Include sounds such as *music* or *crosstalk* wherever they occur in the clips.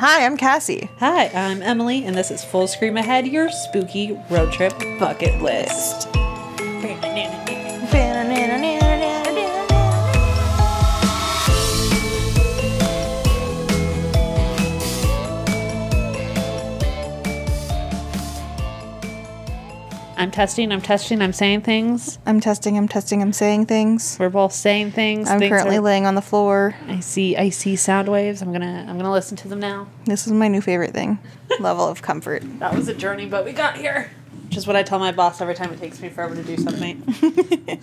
Hi, I'm Cassie. Hi, I'm Emily, and this is Full Scream Ahead, your spooky road trip bucket list. I'm testing, I'm testing, I'm saying things. I'm testing, I'm testing, I'm saying things. We're both saying things. I'm Things currently are- laying on the floor. I see I see sound waves. I'm gonna I'm gonna listen to them now. This is my new favorite thing *laughs* level of comfort. That was a journey, but we got here. Which is what I tell my boss every time it takes me forever to do something. *laughs*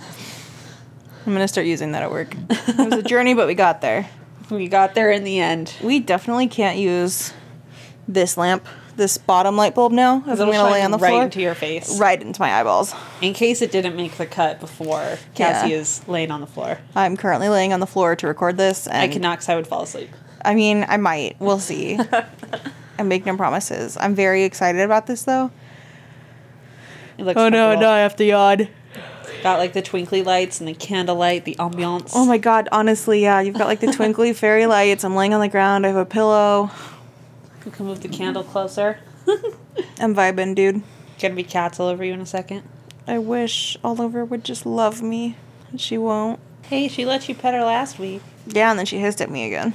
I'm going to start using that at work. It *laughs* was a journey, but we got there. we got there in the end. We definitely can't use this lamp, this bottom light bulb now, if I'm It'll going to lay shine on the right floor. into your face. right into my eyeballs. In case it didn't make the cut before Cassie is laying on the floor. I'm currently laying on the floor to record this. And I cannot because I would fall asleep. I mean, I might. We'll *laughs* see. I make no promises. I'm very excited about this though. It looks Oh, comfortable. have to yawn. Got like the twinkly lights and the candlelight, the ambiance. Oh my god, honestly, yeah. You've got like *laughs* the twinkly fairy lights. I'm laying on the ground. I have a pillow. You can move the candle closer. I'm vibing, dude. Gonna be cats all over you in a second. I wish Oliver would just love me. She won't. Hey, she let you pet her last week. Yeah, and then she hissed at me again.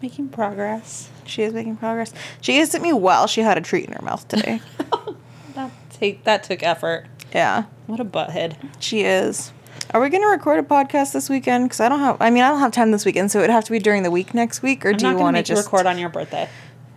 Making progress. She is making progress. She hissed at me while she had a treat in her mouth *laughs* today. That take that took effort. yeah, What a butthead. she is. Are we gonna record a podcast this weekend? Because I don't have. I mean, I don't have time this weekend, so it'd have to be during the week next week. Or I'm do not you gonna want to make you just record on your birthday.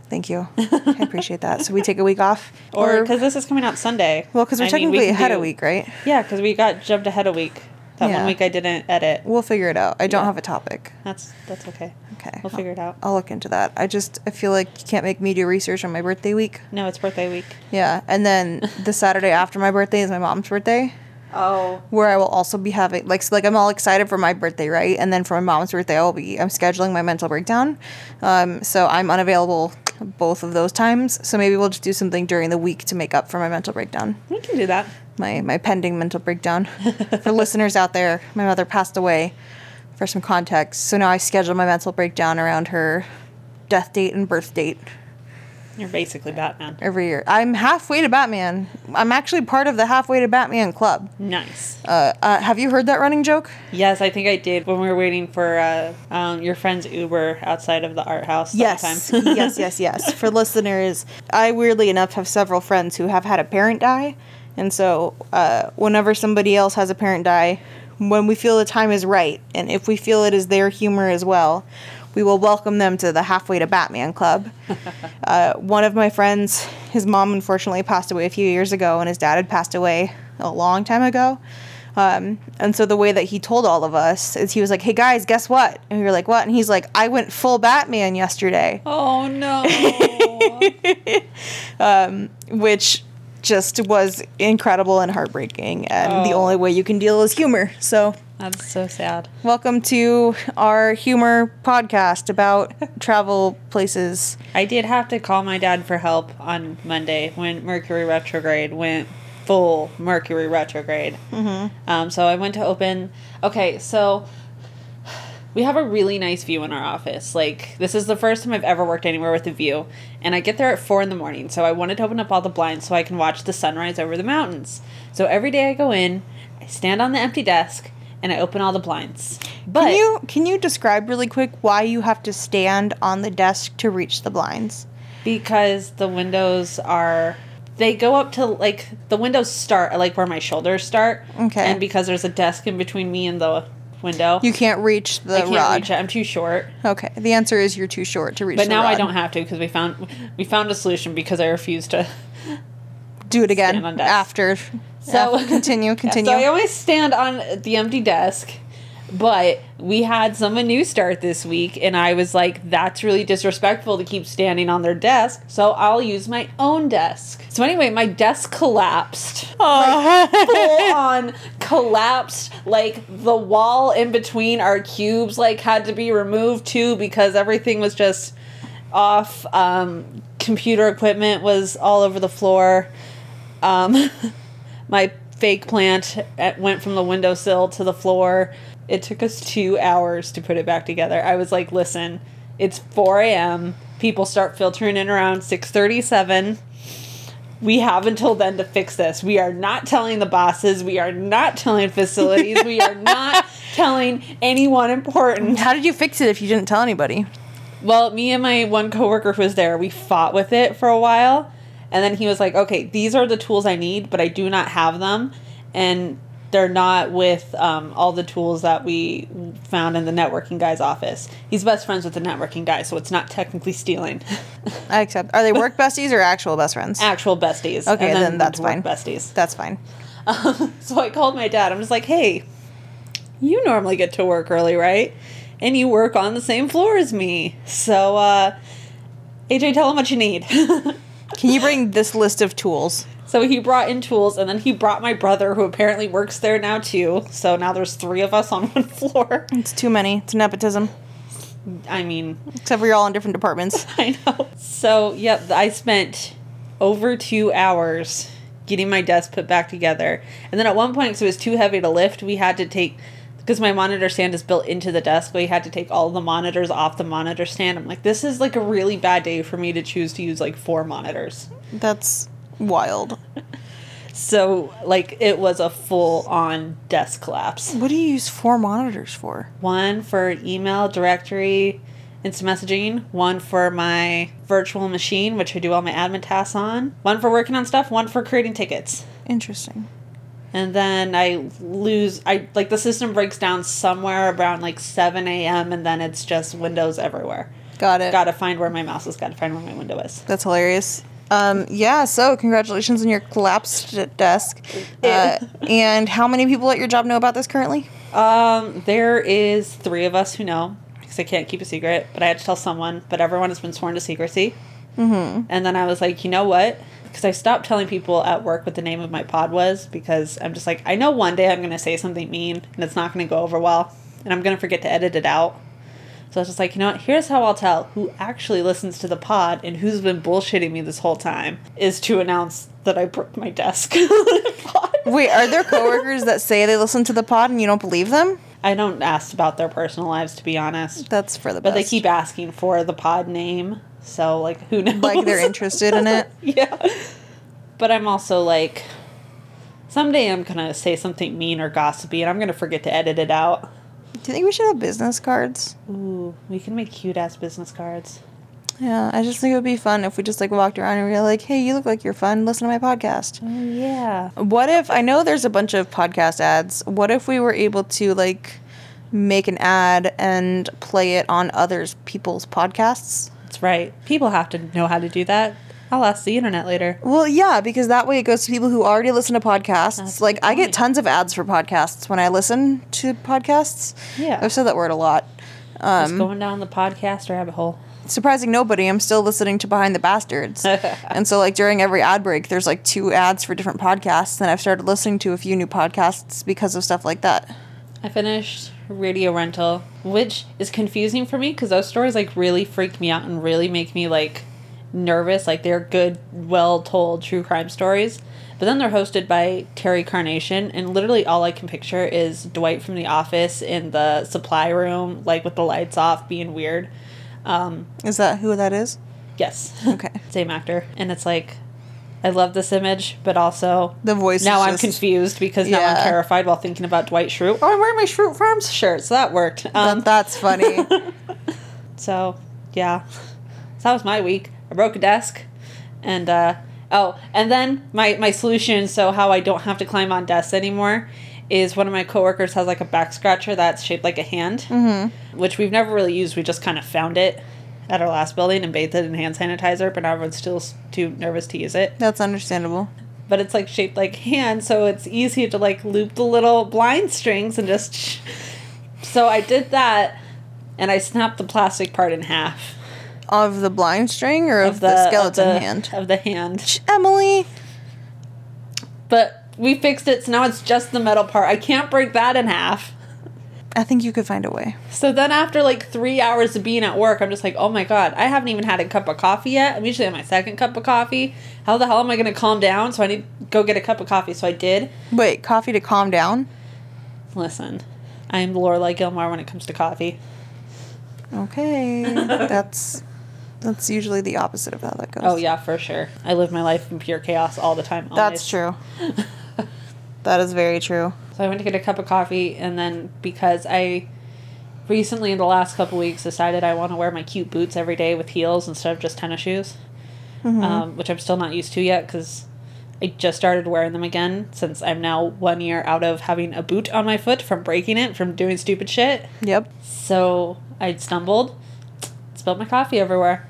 Thank *laughs* you. I appreciate that. So we take a week off, Or because this is coming out Sunday. well, because we're I mean, technically we can ahead a do- week, right? Yeah, because we got jumped ahead a week. That Yeah. one week I didn't edit. We'll figure it out. I don't have a topic. That's that's okay. Okay, We'll figure it out. I'll look into that. I just I feel like you can't make me do research on my birthday week. No, it's birthday week. Yeah, and then *laughs* the Saturday after my birthday is my mom's birthday, Oh. where I will also be having like so like I'm all excited for my birthday, right? And then for my mom's birthday, I'll be I'm scheduling my mental breakdown, um, so I'm unavailable both of those times. So maybe we'll just do something during the week to make up for my mental breakdown. We can do that. my my pending mental breakdown. for listeners out there, my mother passed away. For some context, so now I schedule my mental breakdown around her death date and birth date You're basically Batman. every year. I'm halfway to Batman. I'm actually part of the halfway to Batman club. Nice. Uh, uh, have you heard that running joke? Yes, I think I did when we were waiting for uh, um, your friend's Uber outside of the art house. that Yes, time. yes, *laughs* yes, yes. For listeners, I weirdly enough have several friends who have had a parent die, and so uh, whenever somebody else has a parent die, when we feel the time is right, and if we feel it is their humor as well, we will welcome them to the halfway to Batman *laughs* club. uh, one of my friends, his mom unfortunately passed away a few years ago, and his dad had passed away a long time ago. Um, and so the way that he told all of us is he was like, "Hey guys, guess what?" And we were like, "What?" And he's like, "I went full Batman yesterday," oh no. which just was incredible and heartbreaking. And the Oh. only way you can deal is humor. So That's so sad. welcome to our humor podcast *laughs* about travel places. I did have to call my dad for help on Monday when Mercury retrograde went full Mercury retrograde. Mm-hmm. Um, so I went to open. Okay, so we have a really nice view in our office. Like this is the first time I've ever worked anywhere with a view, and I get there at four in the morning. So I wanted to open up all the blinds so I can watch the sunrise over the mountains. So every day I go in, I stand on the empty desk, and I open all the blinds. But Can you can you describe really quick why you have to stand on the desk to reach the blinds? because the windows are they go up to like the windows start at, like where my shoulders start. Okay. And because there's a desk in between me and the window, You can't reach the I can't rod. reach it. I'm too short. Okay, the answer is you're too short to reach. But the now I rod. don't have to because we found we found a solution because I refuse to. do it again Stand on desk. after. So So *laughs* continue, continue. So I always stand on the empty desk. But we had someone new start this week, and I was like, that's really disrespectful to keep standing on their desk, so I'll use my own desk. So, anyway, my desk collapsed. full on collapsed. Like the wall in between our cubes like had to be removed too because everything was just off. Um, computer equipment was all over the floor. Um, *laughs* my fake plant at- went from the windowsill to the floor. It took us two hours to put it back together. I was like, listen, it's 4 a.m. People start filtering in around 637. We have until then to fix this. We are not telling the bosses. We are not telling facilities. we are not telling anyone important. How did you fix it if you didn't tell anybody? Well, me and my one coworker who was there, we fought with it for a while. And then he was like, okay, these are the tools I need, but I do not have them. And they're not with um, all the tools that we found in the networking guy's office. He's best friends with the networking guy, so it's not technically stealing. *laughs* I accept. Are they work besties or actual best friends? Actual besties. Okay, then the that's work fine. Besties. That's fine. So I called my dad. I'm just like, hey, you normally get to work early, right? And you work on the same floor as me. So, uh, AJ, tell him what you need. *laughs* Can you bring this list of tools? so he brought in tools, and then he brought my brother, who apparently works there now too. So now there's three of us on *laughs* one floor. It's too many. It's nepotism. I mean, *laughs* Except we're all in different departments. I know. So, yep, I spent over two hours getting my desk put back together. And then at one point, because it was too heavy to lift, we had to take, because my monitor stand is built into the desk, we had to take all the monitors off the monitor stand. I'm like, this is like a really bad day for me to choose to use like four monitors. That's wild. So, like, it was a full on desk collapse. What do you use four monitors for? One for email, directory, instant messaging, one for my virtual machine, which I do all my admin tasks on, one for working on stuff, one for creating tickets. Interesting. And then I lose, I like the system breaks down somewhere around like 7 a.m., and then it's just windows everywhere. Got it. Gotta find where my mouse is, gotta find where my window is. That's hilarious. Um, yeah, so congratulations on your collapsed d- desk. Uh, and how many people at your job know about this currently? Um, there is three of us who know because I can't keep a secret, but I had to tell someone. But everyone has been sworn to secrecy. Mm-hmm. And then I was like, you know what? Because I stopped telling people at work what the name of my pod was because I'm just like, I know one day I'm gonna say something mean and it's not gonna go over well, and I'm gonna forget to edit it out. So I was just like, you know what? Here's how I'll tell who actually listens to the pod and who's been bullshitting me this whole time is to announce that I broke my desk. *laughs* Wait, are there coworkers that say they listen to the pod and you don't believe them? I don't ask about their personal lives to be honest. That's for the best. But they keep asking for the pod name, so like who knows? like *laughs* they're interested in it. yeah. But I'm also like, someday I'm gonna say something mean or gossipy, and I'm gonna forget to edit it out. Do you think we should have business cards? Ooh, we can make cute ass business cards. Yeah, I just think it would be fun if we just like walked around and we were like, "Hey, you look like you're fun. Listen to my podcast." Oh yeah. What if I know there's a bunch of podcast ads? What if we were able to like make an ad and play it on others people's podcasts? That's right. People have to know how to do that. I'll ask the internet later. Well, yeah, because that way it goes to people who already listen to podcasts. That's a like good I get point. tons of ads for podcasts when I listen to podcasts. Yeah. I've said that word a lot. Just Um, going down the podcast rabbit hole. surprising nobody, I'm still listening to Behind the *laughs* Bastards. and so, like, during every ad break, there's like two ads for different podcasts. And I've started listening to a few new podcasts because of stuff like that. I finished Radio Rental, which is confusing for me because those stories like really freak me out and really make me like nervous. Like they're good, well told true crime stories. But then they're hosted by Terry Carnation, and literally all I can picture is Dwight from The Office in the supply room, like with the lights off, being weird. Um, Is that who that is? yes. *laughs* Okay. Same actor. And it's like, I love this image, but also The voice now is I'm just- confused because now Yeah. I'm terrified while thinking about Dwight Schrute. Oh, I'm wearing my Schrute Farms shirt, so that worked. Um, That, that's *laughs* funny. so, yeah. So that was my week. I broke a desk, and uh, oh, and then my my solution. So how I don't have to climb on desks anymore is one of my coworkers has like a back scratcher that's shaped like a hand, which we've never really used. We just kind of found it at our last building and bathed it in hand sanitizer, but now everyone's still s- too nervous to use it that's understandable. but it's like shaped like hand, so it's easy to like loop the little blind strings and just. So I did that, and I snapped the plastic part in half Of the blind string or of, the, skeleton of the, hand? of the hand. Sh- Emily, But we fixed it, so now it's just the metal part. I can't break that in half. I think you could find a way. So then after like three hours of being at work, I'm just like, oh my god, I haven't even had a cup of coffee yet. I'm usually on my second cup of coffee. How the hell am I gonna calm down? So I need to go get a cup of coffee. So I did. Wait, coffee to calm down? Listen, *laughs* I'm Lorelai Gilmore when it comes to coffee. Okay. that's That's usually the opposite of how that goes. Oh yeah, for sure. I live my life in pure chaos all the time. That's always. true. that is very true. So I went to get a cup of coffee, and then because I recently, in the last couple weeks, decided I want to wear my cute boots every day with heels instead of just tennis shoes, um, which I'm still not used to yet because I just started wearing them again since I'm now one year out of having a boot on my foot from breaking it from doing stupid shit. Yep. So I stumbled, spilled my coffee everywhere.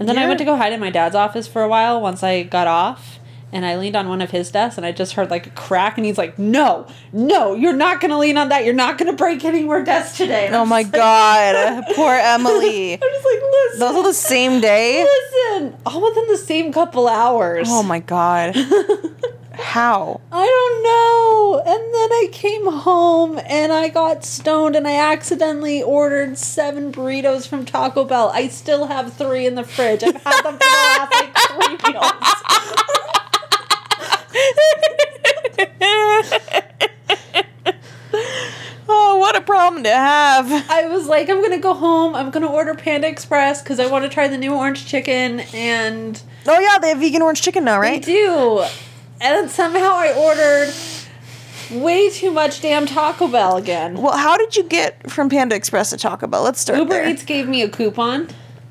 And then I You're- went to go hide in my dad's office for a while once I got off. And I leaned on one of his desks and I just heard like a crack. And he's like, No, no, you're not going to lean on that. You're not going to break any more desks today. And Oh I'm my just *laughs* like- god, poor Emily. I'm just like, Listen, Those are the same day. listen, all within the same couple hours. Oh my god. How? I don't know. And then I came home and I got stoned and I accidentally ordered seven burritos from Taco Bell. I still have three in the fridge. I've had them for the last like three *laughs* meals. *laughs* Oh, what a problem to have. I was like, I'm gonna go home. I'm gonna order Panda Express because I want to try the new orange chicken, and Oh yeah, they have vegan orange chicken now, I right? do. And somehow I ordered way too much damn Taco Bell again. Well, how did you get from Panda Express to Taco Bell? Let's start Uber there. Eats gave me a coupon.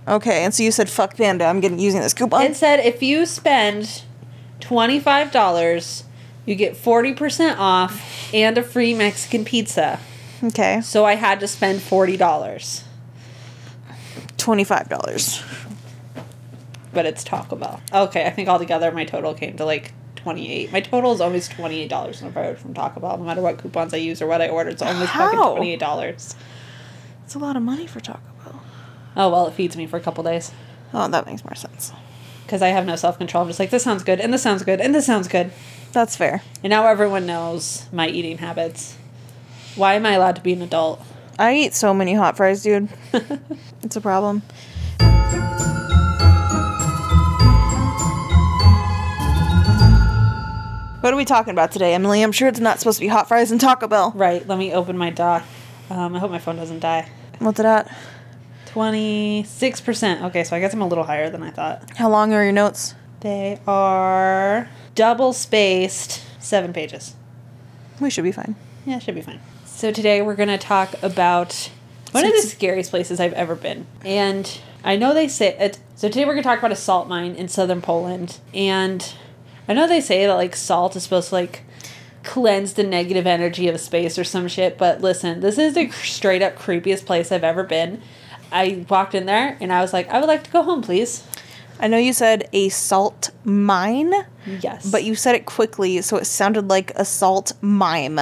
Okay, and so you said fuck Panda. I'm getting using this coupon. It said if you spend twenty five dollars, you get forty percent off and a free Mexican pizza. okay, So I had to spend forty dollars, twenty five dollars. but it's Taco Bell. Okay, I think altogether my total came to like twenty eight. My total is always twenty eight dollars when I order from Taco Bell, no matter what coupons I use or what I order. It's always fucking How? twenty eight dollars. It's a lot of money for Taco Bell. Oh well, it feeds me for a couple days Oh, that makes more sense. because I have no self control. I'm just like this sounds good and this sounds good and this sounds good. That's fair. And now everyone knows my eating habits. Why am I allowed to be an adult? I eat so many hot fries, dude. it's a problem. What are we talking about today, Emily? I'm sure it's not supposed to be hot fries and Taco Bell. Right, let me open my doc. Um, I hope my phone doesn't die. What's it at? 26%. Okay, so I guess I'm a little higher than I thought. How long are your notes? They are double spaced, seven pages. We should be fine. Yeah, should be fine. So today we're going to talk about one of the scariest places I've ever been. And I know they say it. So today we're going to talk about a salt mine in southern Poland. And I know they say that like salt is supposed to like cleanse the negative energy of a space or some shit, but listen, this is the straight up creepiest place I've ever been. I walked in there and I was like, I would like to go home, please. I know you said a salt mine, Yes. but you said it quickly, so it sounded like a salt *laughs* mime.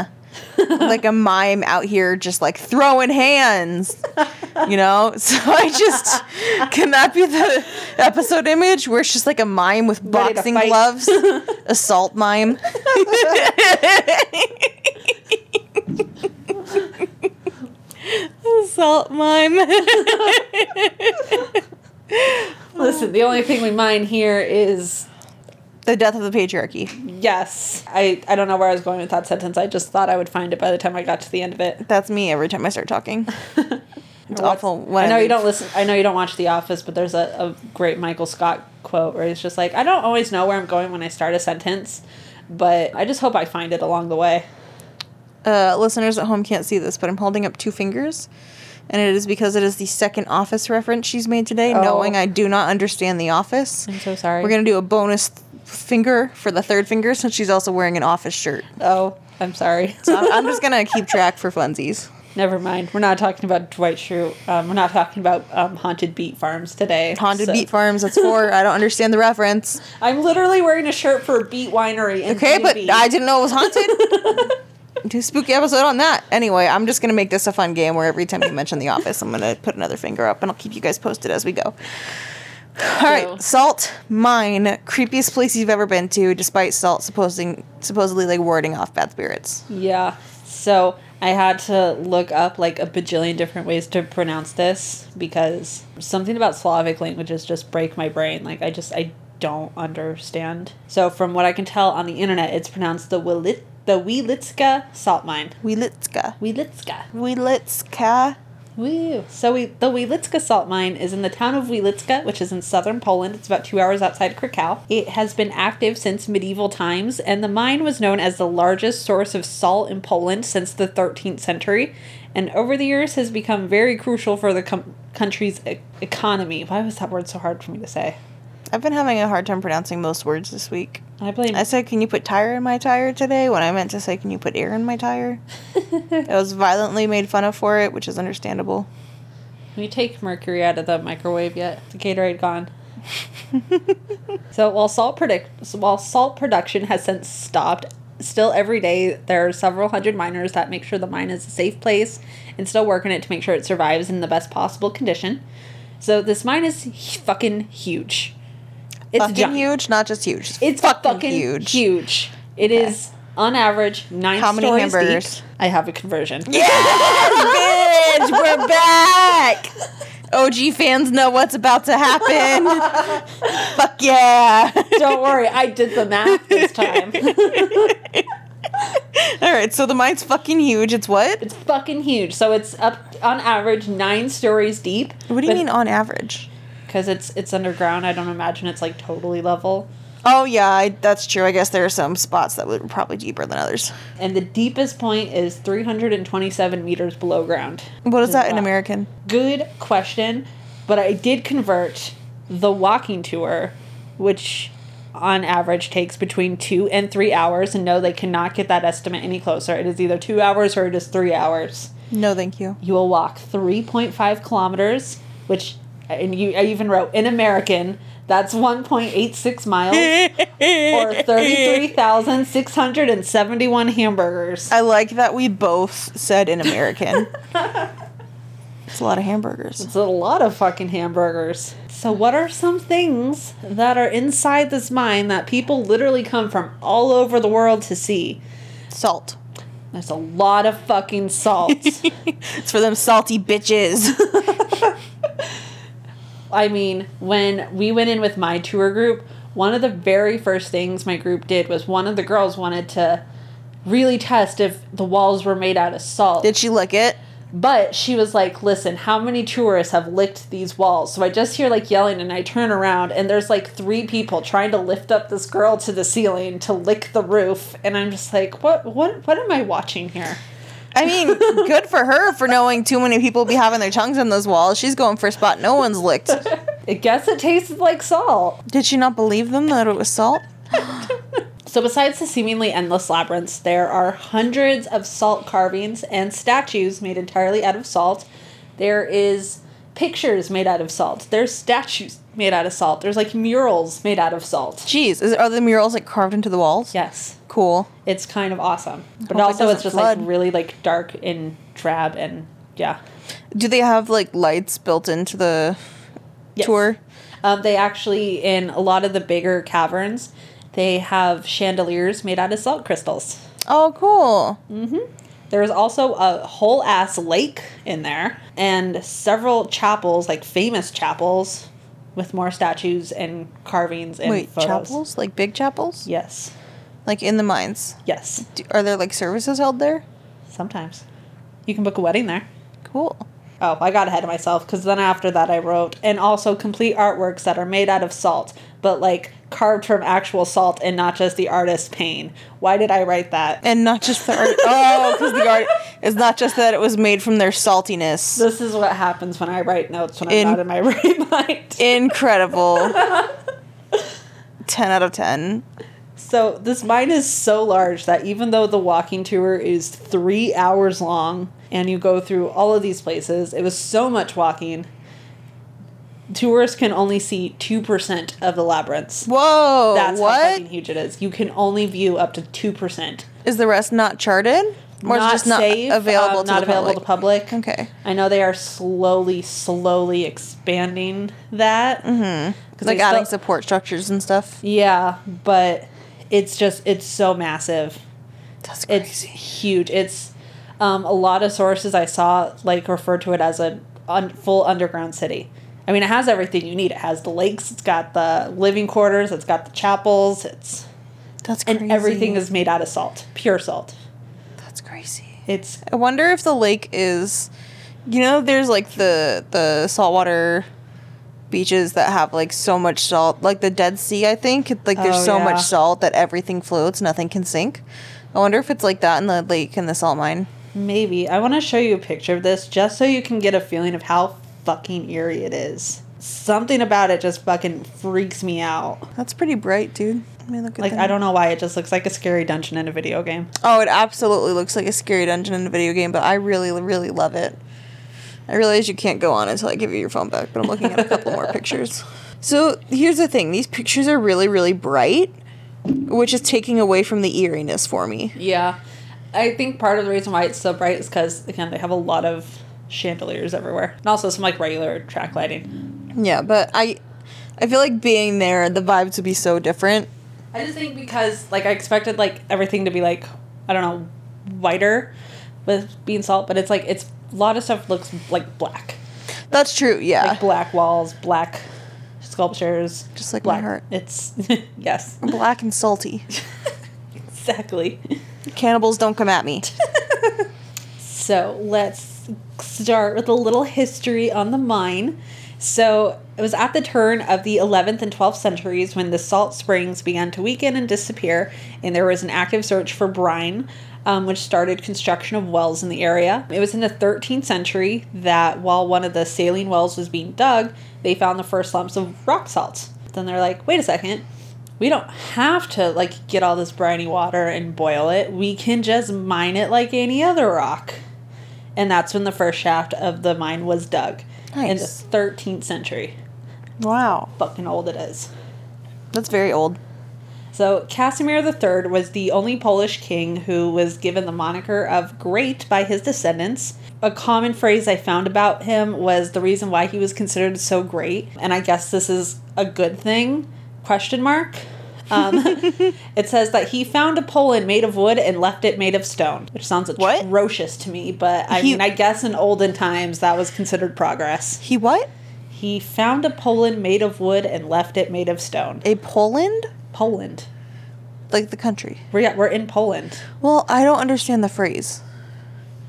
like a mime out here just like throwing hands. You know? *laughs* So I just can that be the episode image where it's just like a mime with Ready to boxing fight. *laughs* gloves? A salt mime. Salt mime. *laughs* listen, the only thing we mine here is The death of the patriarchy. Yes. I, I don't know where I was going with that sentence. I just thought I would find it by the time I got to the end of it. That's me every time I start talking. It's awful. When I know you leave. don't listen. I know you don't watch The Office, but there's a, a great Michael Scott quote where he's just like, I don't always know where I'm going when I start a sentence, but I just hope I find it along the way. uh, listeners at home can't see this, but I'm holding up two fingers, and it is because it is the second Office reference she's made today, Oh. knowing I do not understand The Office. I'm so sorry. We're gonna do a bonus th- finger for the third finger since she's also wearing an Office shirt. oh, I'm sorry. *laughs* So I'm, I'm just gonna keep track for funsies. Never mind. We're not talking about Dwight Schrute. Um, we're not talking about um, haunted beet farms today. Haunted So- Beat Farms. That's four. I don't understand the reference. I'm literally wearing a shirt for a beet winery. in Okay, but Green Bay. I didn't know it was haunted. *laughs* Do a spooky episode on that. Anyway, I'm just gonna make this a fun game where every time you mention the office, I'm gonna put another finger up, and I'll keep you guys posted as we go. All So- right, Salt Mine, creepiest place you've ever been to, despite Salt supposing supposedly like warding off bad spirits. Yeah. So I had to look up like a bajillion different ways to pronounce this because something about Slavic languages just break my brain. Like I just I don't understand. So from what I can tell on the internet, it's pronounced the Wilit the Wielitska salt mine. Wielitska, Wielitska. Wielitska, Woo. So we, the Wielitzka salt mine is in the town of Wielitzka, which is in southern Poland. It's about two hours outside Krakow. It has been active since medieval times, and the mine was known as the largest source of salt in Poland since the 13th century, and over the years has become very crucial for the com- country's e- economy. Why was that word so hard for me to say? I've been having a hard time pronouncing most words this week. I blame I said, "Can you put tire in my tire today?" When I meant to say, "Can you put air in my *laughs* tire?" I was violently made fun of for it, which is understandable. Can you take mercury out of the microwave yet? The *laughs* Gatorade gone. so while salt predict so while salt production has since stopped, still every day there are several hundred miners that make sure the mine is a safe place and still work on it to make sure it survives in the best possible condition. So this mine is hu- fucking huge. It's fucking giant. huge, not just huge. It's, It's fucking, fucking, huge. huge. It is on average nine How many stories hamburgers? deep. I have a conversion. Yes, bitch, *laughs* we're back. OG fans know what's about to happen. *laughs* Fuck yeah. *laughs* Don't worry, I did the math this time. All right, so the mine's fucking huge. It's what? It's fucking huge. So it's up on average nine stories deep. What do you mean on average? Because it's it's underground. I don't imagine it's like totally level. Oh yeah, I, that's true. I guess there are some spots that were probably deeper than others. And the deepest point is 327 meters below ground. What is that in Wow. American? Good question, but I did convert the walking tour, which on average takes between two and three hours. And no, they cannot get that estimate any closer. It is either two hours or it is three hours. No, thank you. you will walk 3.5 kilometers which and you I even wrote in american that's 1.86 miles or 33,671 hamburgers. I like that we both said in *laughs* American. it's a lot of hamburgers. It's a lot of fucking hamburgers. So, what are some things that are inside this mine that people literally come from all over the world to see? Salt. There's a lot of fucking salt. *laughs* It's for them salty bitches. *laughs* I mean, when we went in with my tour group, one of the very first things my group did was one of the girls wanted to really test if the walls were made out of salt. Did she lick it? but she was like, listen, how many tourists have licked these walls? So I just hear like yelling and I turn around and there's like three people trying to lift up this girl to the ceiling to lick the roof and I'm just like, what what what am I watching here? I mean, good for her for knowing too many people be having their tongues in those walls. She's going for a spot no one's *laughs* licked. I guess it tasted like salt. Did she not believe them that it was salt? So, besides the seemingly endless labyrinths, there are hundreds of salt carvings and statues made entirely out of salt. There is pictures made out of salt. There's statues made out of salt. There's like murals made out of salt. Jeez, is, are the murals like carved into the walls? Yes, Cool. it's kind of awesome. But Hope it also, it's doesn't just flood. like really like dark and drab and yeah. Do they have like lights built into the Yes. tour? Um, they actually in a lot of the bigger caverns, they have chandeliers made out of salt crystals. Oh, cool. There is also a whole ass lake in there and several chapels, like famous chapels, with more statues and carvings and Wait, photos. chapels? Like big chapels? Yes. Like in the mines? Yes. Do, are there like services held there? Sometimes. You can book a wedding there. Cool. Oh, I got ahead of myself because then after that I wrote, and also complete artworks that are made out of salt, but like carved from actual salt and not just the artist's pain. Why did I write that? And not just the art. *laughs* oh, because the art. It's not just that it was made from their saltiness. This is what happens when I write notes when I'm In- not in my *laughs* right mind. Incredible. 10 out of 10. So this mine is so large that even though the walking tour is three hours long and you go through all of these places, it was so much walking. Tourists can only see two percent of the labyrinths. Whoa. That's how what? fucking huge it is. You can only view up to two percent. Is the rest not charted? Or is it just not available to um, not the available public? to public. Okay. I know they are slowly, slowly expanding that. Mm-hmm. Like adding support structures and stuff. Yeah, but it's just it's so massive. That's It's huge. It's um, a lot of sources I saw like refer to it as a un- full underground city. I mean, it has everything you need. It has the lakes. It's got the living quarters. It's got the chapels. It's That's and crazy. everything is made out of salt, pure salt. That's crazy. It's I wonder if the lake is You know, there's like the the saltwater beaches that have like so much salt, like the Dead Sea. I think It- like there's Oh, so yeah. much salt that everything floats, nothing can sink. I wonder if it's like that in the lake in the salt mine. Maybe. I want to show you a picture of this just so you can get a feeling of how fucking eerie it is. Something about it just fucking freaks me out. That's pretty bright, dude. Let me look at Like, that. I don't know why. It just looks like a scary dungeon in a video game. Oh, it absolutely looks like a scary dungeon in a video game, but I really, really love it. I realize you can't go on until I give you your phone back, but I'm looking at a couple *laughs* more pictures. So here's the thing these pictures are really, really bright, which is taking away from the eeriness for me. Yeah. I think part of the reason why it's so bright is because, again, they have a lot of chandeliers everywhere. And also some, like, regular track lighting. Yeah, but I. I feel like being there, the vibes would be so different. I just think because, like, I expected, like, everything to be, like, I don't know, whiter with bean salt, but it's, like, it's a lot of stuff looks, like, black. That's true, yeah. like black walls, black sculptures, Just like my black. heart. It's *laughs* yes, Black and salty. exactly. *laughs* Cannibals don't come at me. So let's start with a little history on the mine. So it was at the turn of the 11th and 12th centuries when the salt springs began to weaken and disappear, and there was an active search for brine, um, which started construction of wells in the area. It was in the 13th century that while one of the saline wells was being dug, they found the first lumps of rock salt. Then they're like, wait a second, we don't have to like get all this briny water and boil it. We can just mine it like any other rock. And that's when the first shaft of the mine was dug in the Nice. 13th century. *laughs* Wow. Fucking old it is. That's very old. So Casimir III was the only Polish king who was given the moniker of great by his descendants. A common phrase I found about him was the reason why he was considered so great, and I guess this is a good thing? Question mark. *laughs* Um, it says that he found a Poland made of wood and left it made of stone, which sounds What? atrocious to me. But I He- mean, I guess in olden times that was considered progress. He what? He found a Poland made of wood and left it made of stone. A Poland? Poland. Like the country. We're, yeah, we're in Poland. Well, I don't understand the phrase.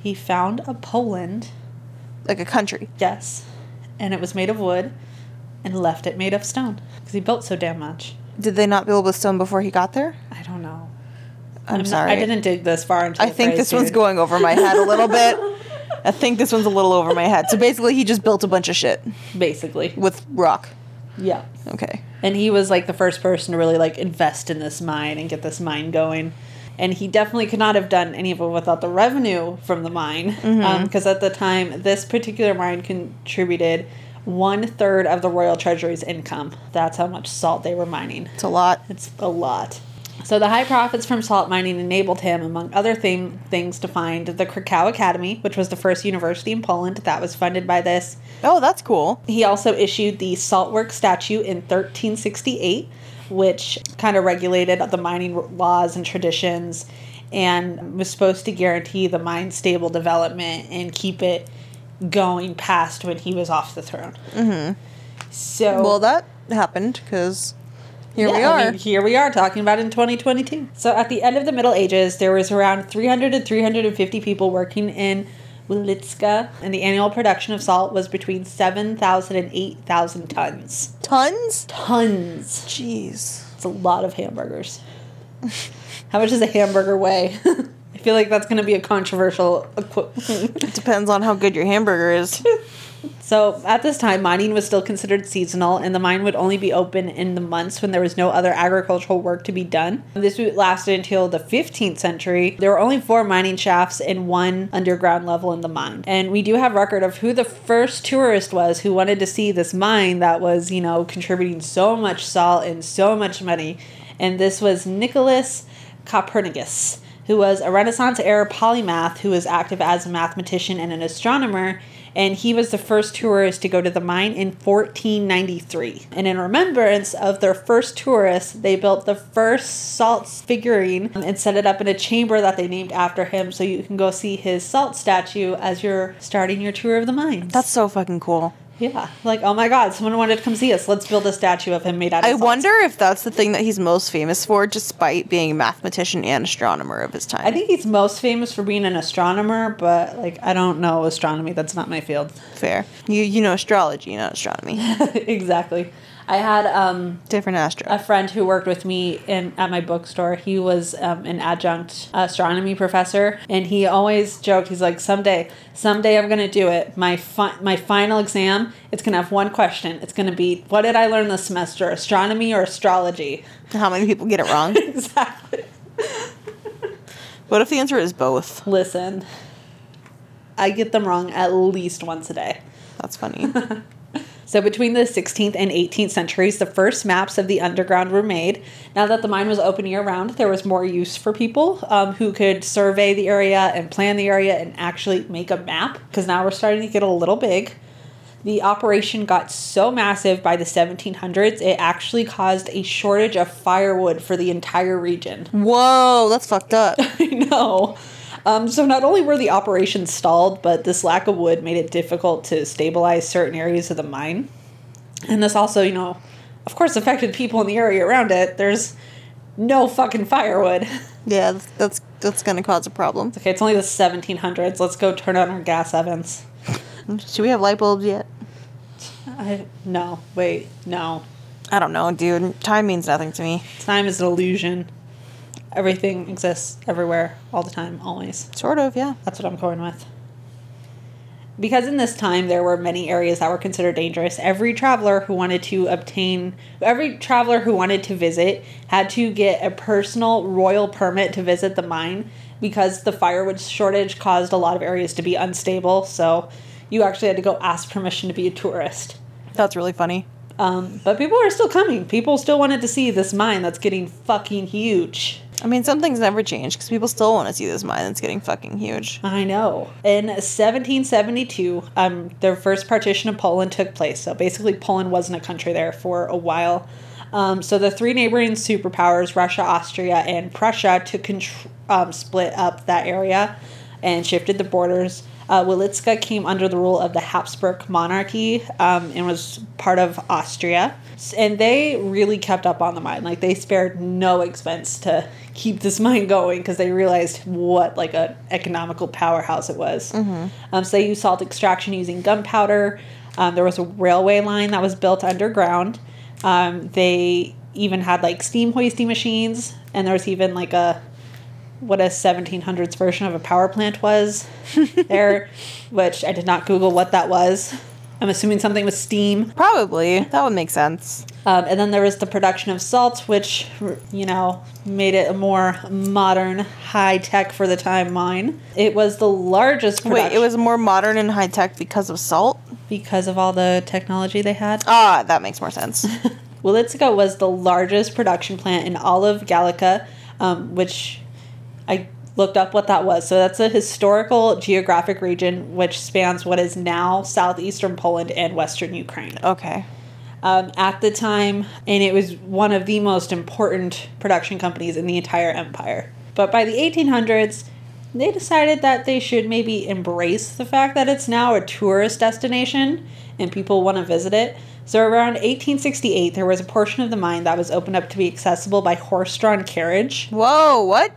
He found a Poland, Like a country. yes, and it was made of wood and left it made of stone because he built so damn much. Did they not build with stone before he got there? I don't know. I'm, not- sorry. I didn't dig this far into I the think phrase, this one's dude. going over my head a little *laughs* bit. I think this one's a little over my head. So basically, he just built a bunch of shit Basically. with rock. Yeah. Okay. And he was like the first person to really like invest in this mine and get this mine going. And he definitely could not have done any of it without the revenue from the mine. Because Mm-hmm. at the time, this particular mine contributed one third of the royal treasury's income. That's how much salt they were mining. It's a lot. It's a lot. So the high profits from salt mining enabled him, among other thing, things, to find the Krakow Academy, which was the first university in Poland that was funded by this. Oh, that's cool. He also issued the saltwork statute in 1368, which kind of regulated the mining laws and traditions and was supposed to guarantee the mine stable development and keep it going past when he was off the throne. Mm-hmm. So Well, that happened because here we yeah, are. I mean, here we are talking about it in 2022. So at the end of the Middle Ages, there was around 300 to 350 people working in Wilitska, and the annual production of salt was between 7,000 and 8,000 tons. Tons? Tons. Jeez. It's a lot of hamburgers. *laughs* How much does a hamburger weigh? *laughs* I feel like that's going to be a controversial equi- *laughs* It depends on how good your hamburger is. So at this time, mining was still considered seasonal, and the mine would only be open in the months when there was no other agricultural work to be done. This would- lasted until the 15th century. There were only four mining shafts and one underground level in the mine. And we do have record of who the first tourist was who wanted to see this mine that was, you know, contributing so much salt and so much money. And this was Nicholas Copernicus, who was a Renaissance era polymath who was active as a mathematician and an astronomer. And he was the first tourist to go to the mine in 1493. And in remembrance of their first tourist, they built the first salt figurine and set it up in a chamber that they named after him so you can go see his salt statue as you're starting your tour of the mines. That's so fucking cool. Yeah. Like, oh my God, someone wanted to come see us. Let's build a statue of him made out of I salt. wonder if that's the thing that he's most famous for, despite being a mathematician and astronomer of his time. I think he's most famous for being an astronomer, but like, I don't know astronomy. That's not my field. *laughs* fair. You you know astrology, not astronomy. exactly. I had um, Different astro. a friend who worked with me in at my bookstore. He was um, an adjunct astronomy professor, and he always joked, he's like, "Someday, someday I'm gonna do it. My fi- my final exam, it's gonna have one question. It's gonna be, what did I learn this semester, astronomy or astrology?" *laughs* How many people get it *laughs* wrong? exactly. what if the answer is both? Listen, I get them wrong at least once a day. That's funny. So, between the 16th and 18th centuries, the first maps of the underground were made. Now that the mine was open year round, there was more use for people um, who could survey the area and plan the area and actually make a map because now we're starting to get a little big. The operation got so massive by the 1700s, it actually caused a shortage of firewood for the entire region. Whoa, that's fucked up. *laughs* I know. Um, so not only were the operations stalled, but this lack of wood made it difficult to stabilize certain areas of the mine. And this also, you know, of course affected people in the area around it. There's no fucking firewood. *laughs* Yeah, that's that's, that's gonna cause a problem. Okay, it's only the 1700s. Let's go turn on our gas ovens. Should we have light bulbs yet? I, no, wait, no. I don't know, dude. Time means nothing to me. Time is an illusion. Everything exists everywhere, all the time, always. Sort of, yeah. That's what I'm going with. Because in this time there were many areas that were considered dangerous, every traveler who wanted to obtain, every traveler who wanted to visit had to get a personal royal permit to visit the mine because the firewood shortage caused a lot of areas to be unstable. So you actually had to go ask permission to be a tourist. That's really funny. Um, but people are still coming. People still wanted to see this mine that's getting fucking huge. I mean, something's never changed because people still want to see this mine that's getting fucking huge. I know. In 1772, um, their first partition of Poland took place. So basically, Poland wasn't a country there for a while. Um, so the three neighboring superpowers, Russia, Austria, and Prussia, to contr- um, split up that area and shifted the borders. Uh, Walitska came under the rule of the Habsburg monarchy um, and was part of Austria. S- And they really kept up on the mine. Like, they spared no expense to keep this *laughs* mine going because they realized what, like, an economical powerhouse it was. Um, so they used salt extraction using gunpowder. Um, there was a railway line that was built underground. Um, they even had, like, steam hoisting machines. And there was even, like, a what a 1700s version of a power plant *laughs* was there, which I did not Google what that was. I'm assuming something with steam. Probably. That would make sense. Um, and then there was the production of salt, which, you know, made it a more modern, high tech for the time mine. It was the largest production Wait, it was more modern and high tech because of salt? because of all the technology they had. Ah, that makes more *laughs* sense. Walitska was the largest production plant in all of Gallica, um, which I looked up what that was. So that's a historical geographic region which spans what is now southeastern Poland and western Ukraine. okay. Um, at the time, and it was one of the most important production companies in the entire empire. But by the 1800s, they decided that they should maybe embrace the fact that it's now a tourist destination and people want to visit it. So around 1868, there was a portion of the mine that was opened up to be accessible by horse-drawn carriage, *laughs* Whoa, what?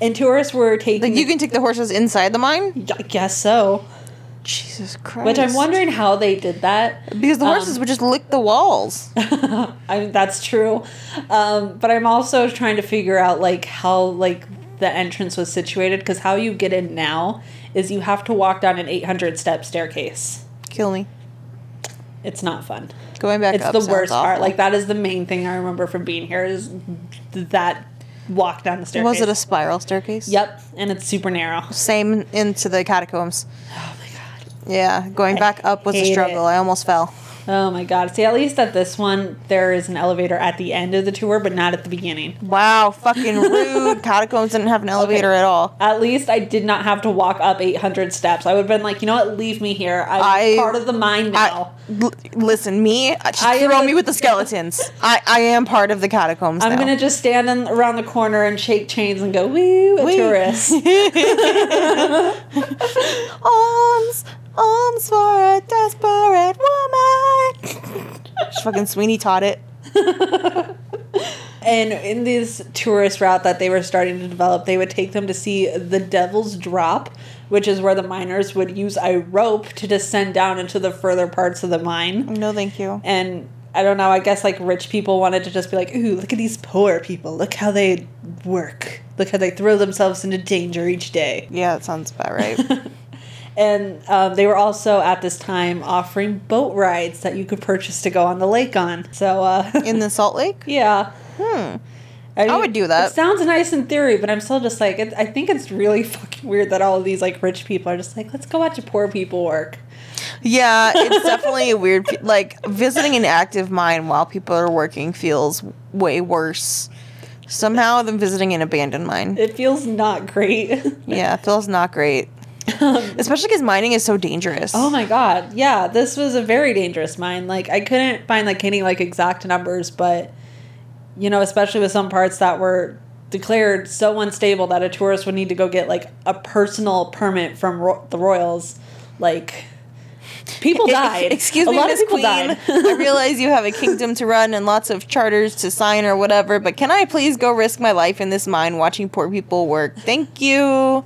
and tourists were taking. Like you can take the horses inside the mine? I guess so. Jesus Christ. Which I'm wondering how they did that. Because the horses Um, would just lick the walls. I mean, that's true. Um, but I'm also trying to figure out like how like the entrance was situated because how you get in now is you have to walk down an 800 step staircase. Kill me. It's not fun. Going back It's up. the sounds worst part. awful. Like that is the main thing I remember from being here is that walk down the staircase. was it a spiral staircase? Yep, and it's super narrow. Same into the catacombs. Oh my god. Yeah, going back up was a hate struggle. it. I almost fell. Oh my god. See, at least at this one there is an elevator at the end of the tour, but not at the beginning. Wow, *laughs* fucking rude. catacombs didn't have an elevator at all. At least I did not have to walk up 800 steps. I would have been like, you know what? Leave me here. I'm I- part of the mine I- now. l- listen, me. uh, Just I am throw a- me with the skeletons. I, I am part of the catacombs. I, am now. going to just stand in, around the corner and shake chains and *laughs* go, woo, a tourist. arms, Alms for a desperate *laughs* woman. Just fucking Sweeney taught it. and in this tourist route that they were starting to develop, they would take them to see the Devil's Drop, which is where the miners would use a rope to descend down into the further parts of the mine. No, thank you. And I don't know, I guess like rich people wanted to just be like, ooh, look at these poor people. Look how they work. Look how they throw themselves into danger each day. Yeah, that sounds about right. And um, they were also at this time offering boat rides that you could purchase to go on the lake on. So, uh, *laughs* *laughs* In the Salt Lake? yeah. Hmm. I, mean, would do that. It sounds nice in theory, but I'm still just like, it, I think it's really *laughs* fucking weird that all of these like rich people are just like, let's go watch poor people work. Yeah, it's definitely a weird fe- like visiting an active mine while people are working feels way worse somehow than visiting an abandoned mine. It feels not great. *laughs* Yeah, it feels not *laughs* great. Especially because mining is so dangerous. oh my god, yeah, this was a very dangerous mine. Like I couldn't find like any like exact numbers, but you know, especially with some parts that were declared so unstable that a tourist would need to go get like a personal permit from ro- the royals, like. *laughs* People died. E-, Excuse me, Miss Queen. *laughs* I realize you have a kingdom to run and lots of charters to sign or whatever, but can I please go risk my life in this mine watching poor people work? Thank you.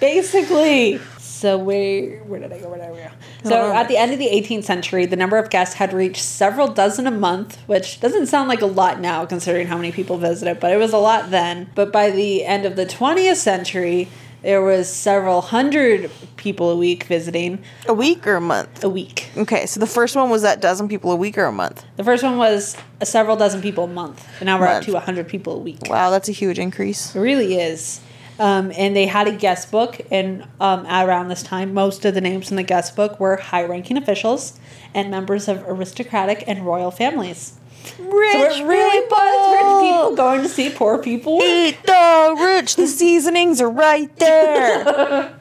Basically. So where where did I go? Where did I go? So Um, at the end of the 18th century, the number of guests had reached several dozen a month, which doesn't sound like a lot now considering how many people visited, but it was a lot then. But by the end of the 20th century, there was several hundred people a week visiting A week or a month? a week. Okay, so the first one was that dozen people a week or a month. The first one was several dozen people a month, and now we're up Month. to 100 people a week. Wow, that's a huge increase. It really is. Um, and they had a guest book, and um, around this time, most of the names in the guest book were high ranking officials and members of aristocratic and royal families. Rich So it really was rich people going to see poor people. Eat the rich. The seasonings are right there.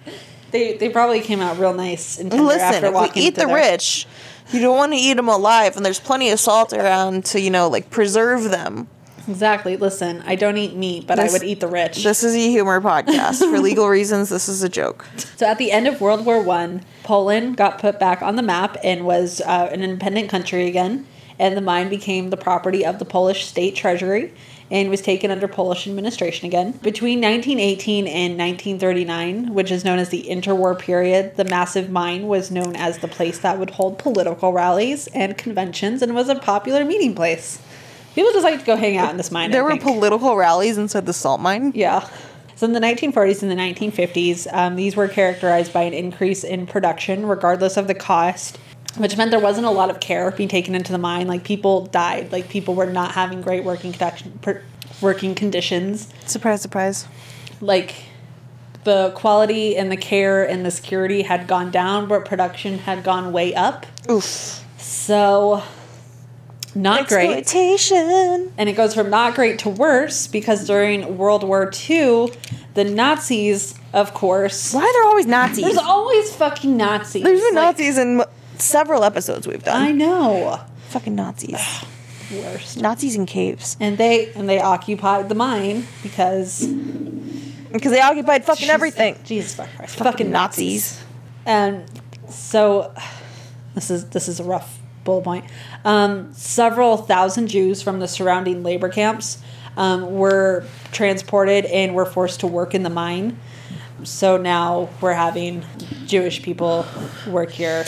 They, they probably came out real nice and tender *laughs* Listen, after if walking we eat the through there. rich, you don't want to eat them alive, and there's plenty of salt around to you know like preserve them. Exactly. Listen, I don't eat meat, but This- I would eat the rich. This is a humor podcast. *laughs* For legal reasons, this is a joke. So at the end of World War One, Poland got put back on the map and was uh, an independent country again. And the mine became the property of the Polish state treasury and was taken under Polish administration again. Between 1918 and 1939, which is known as the interwar period, the massive mine was known as the place that would hold political rallies and conventions and was a popular meeting place. People just like to go hang out in this mine. I There were think. political rallies inside the salt mine. Yeah. So in the 1940s and the 1950s, um, these were characterized by an increase in production, regardless of the cost, which meant there wasn't a lot of care being taken into the mine. Like people died. Like people were not having great working conduction, per, working conditions. Surprise, surprise. Like the quality and the care and the security had gone down, but production had gone way up. Oof. So not great Exploitation. and it goes from not great to worse because during World War II, the Nazis, of course, Why are there always Nazis? there's always fucking Nazis. There's been Like, Nazis in m- several episodes we've done. I know. Fucking Nazis. Worst. Nazis in caves. And they and they occupied the mine because Because they occupied fucking Jeez- everything. Jesus fuck Christ, Fucking fucking, Nazis. And so, this is this is a rough bullet point. Um, several thousand Jews from the surrounding labor camps um, were transported and were forced to work in the mine. So now we're having Jewish people work here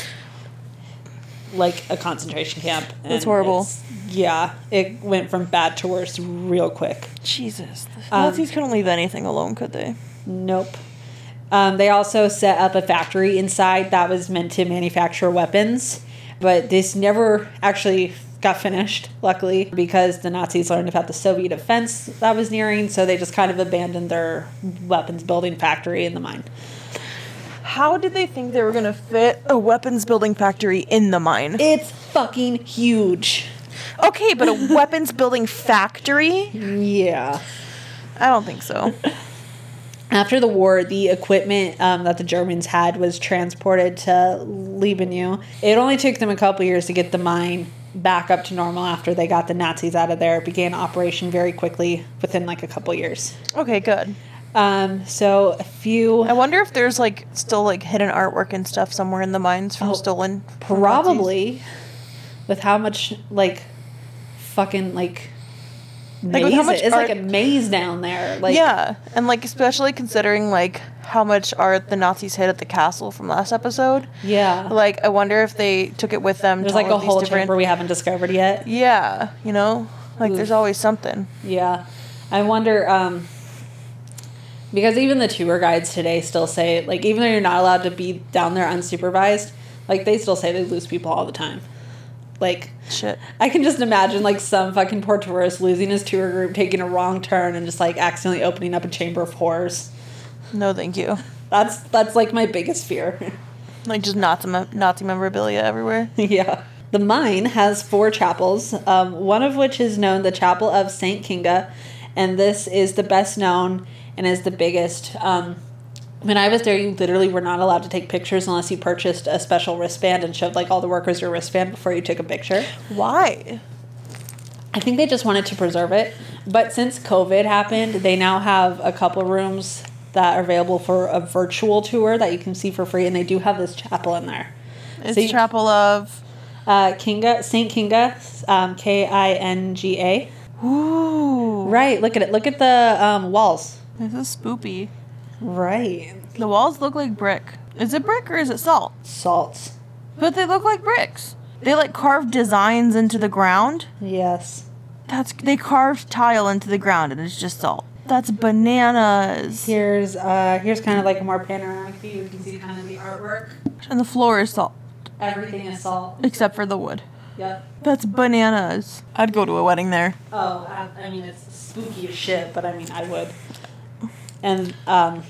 like a concentration camp. and That's horrible. it's- Yeah, it went from bad to worse real quick. Jesus. Nazis couldn't leave anything alone, could they? Nope. Um, they also set up a factory inside that was meant to manufacture weapons, but this never actually got finished, luckily, because the Nazis learned about the Soviet offense that was nearing, so they just kind of abandoned their weapons building factory in the mine. How did they think they were going to fit a weapons building factory in the mine? It's fucking huge. Okay, but *laughs* a weapons building factory? Yeah. I don't think so. After the war, the equipment um, that the Germans had was transported to Libaneu. It only took them a couple years to get the mine back up to normal after they got the Nazis out of there. It began operation very quickly within like a couple years. Okay, good. Um, so a few I wonder if there's like still like hidden artwork and stuff somewhere in the mines from Oh, stolen. from Nazis. probably with how much like fucking like Like, with how maze- much it's like art- a maze down there like yeah, and like especially considering like how much art the Nazis hid at the castle from last episode. yeah Like I wonder if they took it with them. there's to like all a of these whole different- chamber we haven't discovered yet Yeah, you know, like there's Oof. always something. yeah i wonder um because even the tour guides today still say like even though you're not allowed to be down there unsupervised like they still say they lose people all the time like Shit. I can just imagine like some fucking poor tourist losing his tour group, taking a wrong turn, and just like accidentally opening up a chamber of horrors. No, thank you. That's that's like my biggest fear. *laughs* Like just Nazi mem- Nazi memorabilia everywhere. yeah. The mine has four chapels, um, one of which is known the Chapel of Saint Kinga, and this is the best known and is the biggest. Um, when I was there, you literally were not allowed to take pictures unless you purchased a special wristband and showed like all the workers your wristband before you took a picture. Why? I think they just wanted to preserve it. But since COVID happened, they now have a couple rooms that are available for a virtual tour that you can see for free, and they do have this chapel in there. It's So you- chapel of. Uh, Kinga, Saint Kinga, um, K I N G A. Ooh, Right. Look at it. Look at the um, walls. this is spoopy. Right. The walls look like brick. Is it brick or is it salt? Salt. But they look like bricks. They like carved designs into the ground. Yes. That's they carved tile into the ground and it's just salt. That's bananas. Here's uh, here's kind of like a more panoramic view. You can see kind of the artwork. And the floor is salt Everything is salt. except for the wood. Yep. That's bananas. I'd go to a wedding there. Oh, I, I mean, it's spooky as shit, but I mean, I would. And um,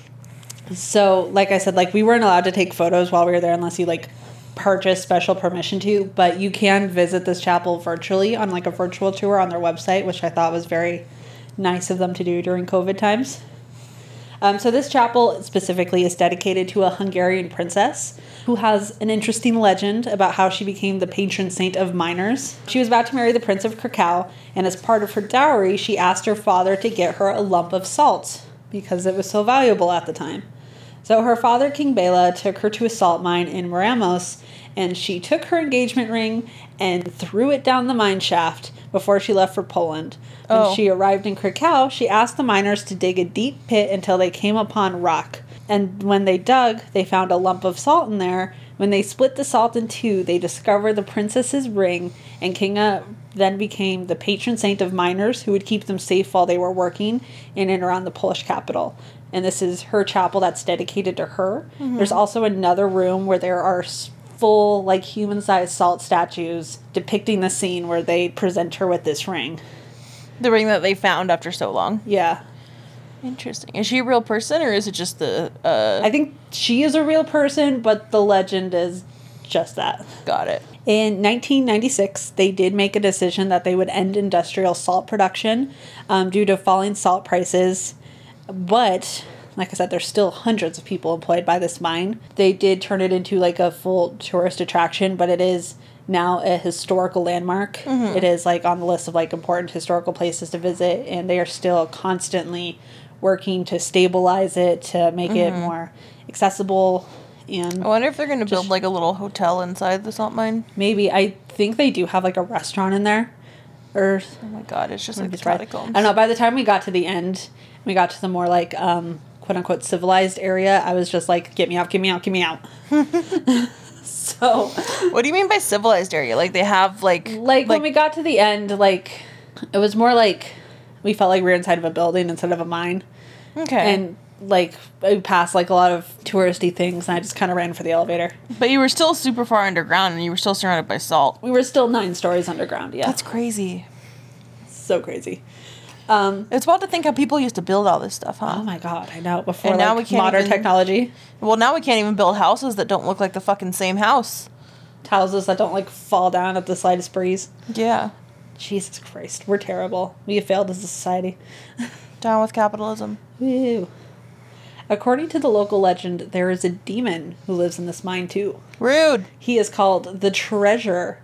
so, like I said, like we weren't allowed to take photos while we were there unless you like purchase special permission to. But you can visit this chapel virtually on like a virtual tour on their website, which I thought was very nice of them to do during COVID times. Um, so this chapel specifically is dedicated to a Hungarian princess who has an interesting legend about how she became the patron saint of miners. She was about to marry the Prince of Krakow, and as part of her dowry, she asked her father to get her a lump of salt because it was so valuable at the time. So her father, King Bela, took her to a salt mine in Moramos, and she took her engagement ring and threw it down the mine shaft before she left for Poland. When Oh. she arrived in Krakow, she asked the miners to dig a deep pit until they came upon rock. And when they dug, they found a lump of salt in there. When they split the salt in two, they discovered the princess's ring, and Kinga then became the patron saint of miners who would keep them safe while they were working in and around the Polish capital. And this is her chapel that's dedicated to her. There's also another room where there are s- full, like, human sized salt statues depicting the scene where they present her with this ring. The ring that they found after so long. Yeah. Interesting. Is she a real person or is it just the uh I think she is a real person, but the legend is just that. got it. In 1996, they did make a decision that they would end industrial salt production um, due to falling salt prices. But, like I said, there's still hundreds of people employed by this mine. They did turn it into like a full tourist attraction, but it is now a historical landmark. It is like on the list of like important historical places to visit, and they are still constantly working to stabilize it, to make it more accessible. And I wonder if they're gonna build like a little hotel inside the salt mine. Maybe I think they do have like a restaurant in there, or Oh my god, it's just like the I don't catacombs. know. By the time we got to the end, we got to the more like um, quote unquote civilized area. I was just like, get me out, get me out, get me out. *laughs* so, What do you mean by civilized area? Like they have like like, when we got to the end, like it was more like we felt like we were inside of a building instead of a mine, okay, and like we passed like a lot of touristy things, and I just kind of ran for the elevator. but you were still super far underground and you were still surrounded by salt. We were still nine stories underground. Yeah, That's crazy. so crazy. Um, It's wild to think how people used to build all this stuff, huh? Oh my god, I know. Before And now like, we can't modern even- technology, Well, now we can't even build houses that don't look like the fucking same house. houses that don't like fall down at the slightest breeze. Yeah, Jesus Christ, we're terrible. We have failed as a society. down with capitalism. Woo. According to the local legend, there is a demon who lives in this mine too. Rude. He is called the Treasure,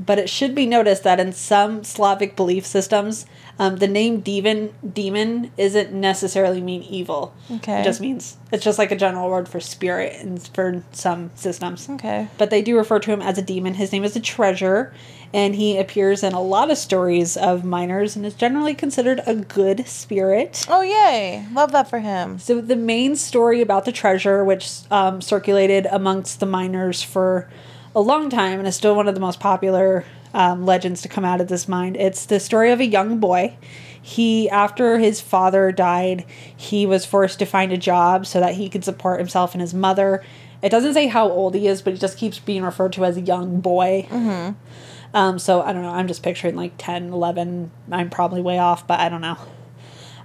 But it should be noticed that in some Slavic belief systems, um, the name demon demon isn't necessarily mean evil. Okay. It just means it's just like a general word for spirit and for some systems. Okay. But they do refer to him as a demon. His name is the treasure, and he appears in a lot of stories of miners and is generally considered a good spirit. Oh, yay. Love that for him. So the main story about the treasure, which um, circulated amongst the miners for a long time and is still one of the most popular um, legends to come out of this mine, it's the story of a young boy. He, after his father died, he was forced to find a job so that he could support himself and his mother. It doesn't say how old he is, but he just keeps being referred to as a young boy. Um, so I don't know. I'm just picturing like 10, 11. I'm probably way off, but I don't know.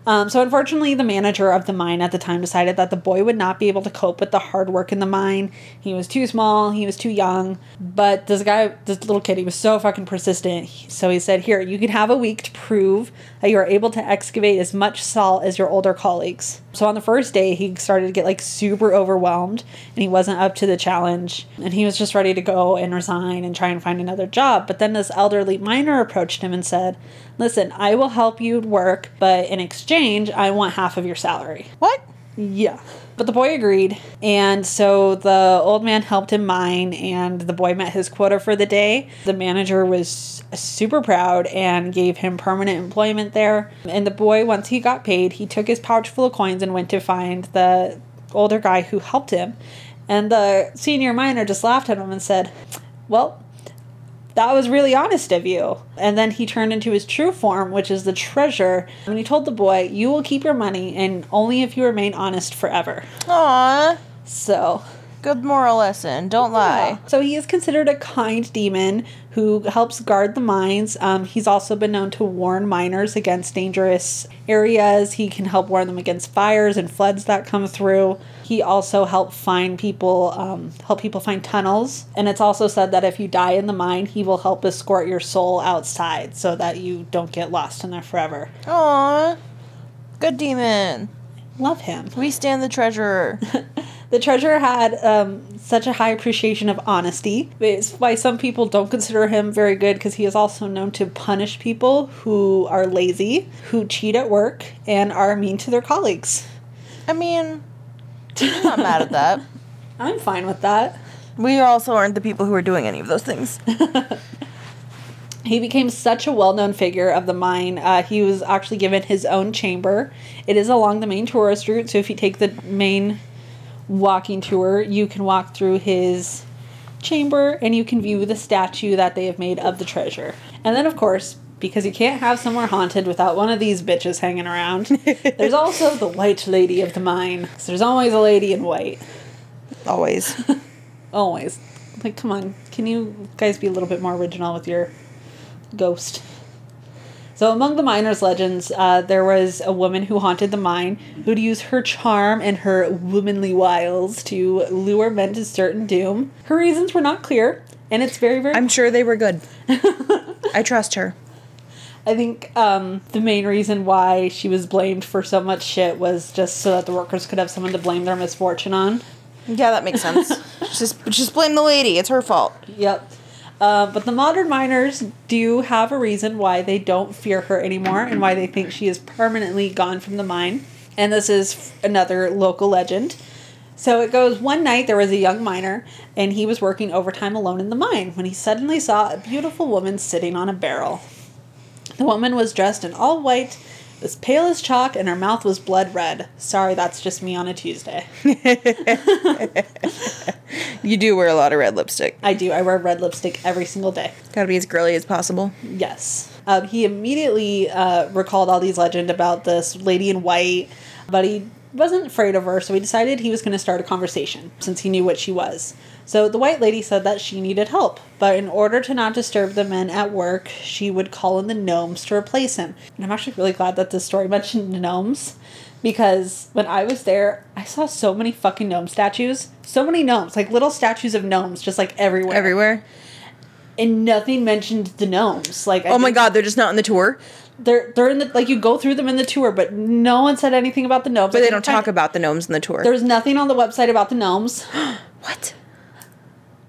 Um, so unfortunately, the manager of the mine at the time decided that the boy would not be able to cope with the hard work in the mine. He was too small. He was too young. But this guy, this little kid, he was so fucking persistent. He- So he said, "Here, you can have a week to prove that you are able to excavate as much salt as your older colleagues." So on the first day, he started to get like super overwhelmed, and he wasn't up to the challenge, and he was just ready to go and resign and try and find another job. But then this elderly miner approached him and said, Listen, I will help you work, but in exchange, I want half of your salary. What? Yeah. But the boy agreed, and so the old man helped him mine, and the boy met his quota for the day. The manager was super proud and gave him permanent employment there. And the boy, once he got paid, he took his pouch full of coins and went to find the older guy who helped him. And the senior miner just laughed at him and said, Well, that was really honest of you. And then he turned into his true form, which is the treasure. And he told the boy, You will keep your money, and only if you remain honest forever. Aw. So. Good moral lesson. Don't lie. So he is considered a kind demon who helps guard the mines. Um, he's also been known to warn miners against dangerous areas. He can help warn them against fires and floods that come through. He also helped find people, um, help people find tunnels. And it's also said that if you die in the mine, he will help escort your soul outside so that you don't get lost in there forever. Aw. Good demon. Love him. We stand the treasurer. The treasurer had um, such a high appreciation of honesty. It's why some people don't consider him very good because he is also known to punish people who are lazy, who cheat at work, and are mean to their colleagues. I mean, I'm not mad at that. I'm fine with that. We also aren't the people who are doing any of those things. He became such a well known figure of the mine. Uh, he was actually given his own chamber. It is along the main tourist route, so if you take the main walking tour, you can walk through his chamber and you can view the statue that they have made of the treasure. And then, of course, because you can't have somewhere haunted without one of these bitches hanging around, there's also the white lady of the mine. 'Cause there's always a lady in white. Always. Always. Like, come on. Can you guys be a little bit more original with your ghost? So, among the miners' legends, uh, there was a woman who haunted the mine who'd use her charm and her womanly wiles to lure men to certain doom. Her reasons were not clear, and it's very, very. I'm sure they were good. I trust her. I think um, the main reason why she was blamed for so much shit was just so that the workers could have someone to blame their misfortune on. yeah, that makes sense. just just blame the lady. It's her fault. Yep. Uh, but the modern miners do have a reason why they don't fear her anymore and why they think she is permanently gone from the mine. And this is f- another local legend. So it goes one night there was a young miner and he was working overtime alone in the mine when he suddenly saw a beautiful woman sitting on a barrel. The woman was dressed in all white, was pale as chalk, and her mouth was blood red. Sorry, that's just me on a Tuesday. You do wear a lot of red lipstick. I do, I wear red lipstick every single day. Gotta be as girly as possible. Yes. Um, he immediately uh, recalled all these legend about this lady in white, but he wasn't afraid of her, so he decided he was going to start a conversation since he knew what she was. So the white lady said that she needed help, but in order to not disturb the men at work, she would call in the gnomes to replace him. And I'm actually really glad that this story *laughs* mentioned gnomes because when I was there, I saw so many fucking gnome statues. So many gnomes, like little statues of gnomes just like everywhere. Everywhere. And nothing mentioned the gnomes. Like I Oh my think- god, they're just not on the tour, they're they're in the like you go through them in the tour, but no one said anything about the gnomes. but they don't talk about the gnomes in the tour. There's nothing on the website about the gnomes, What? *gasps*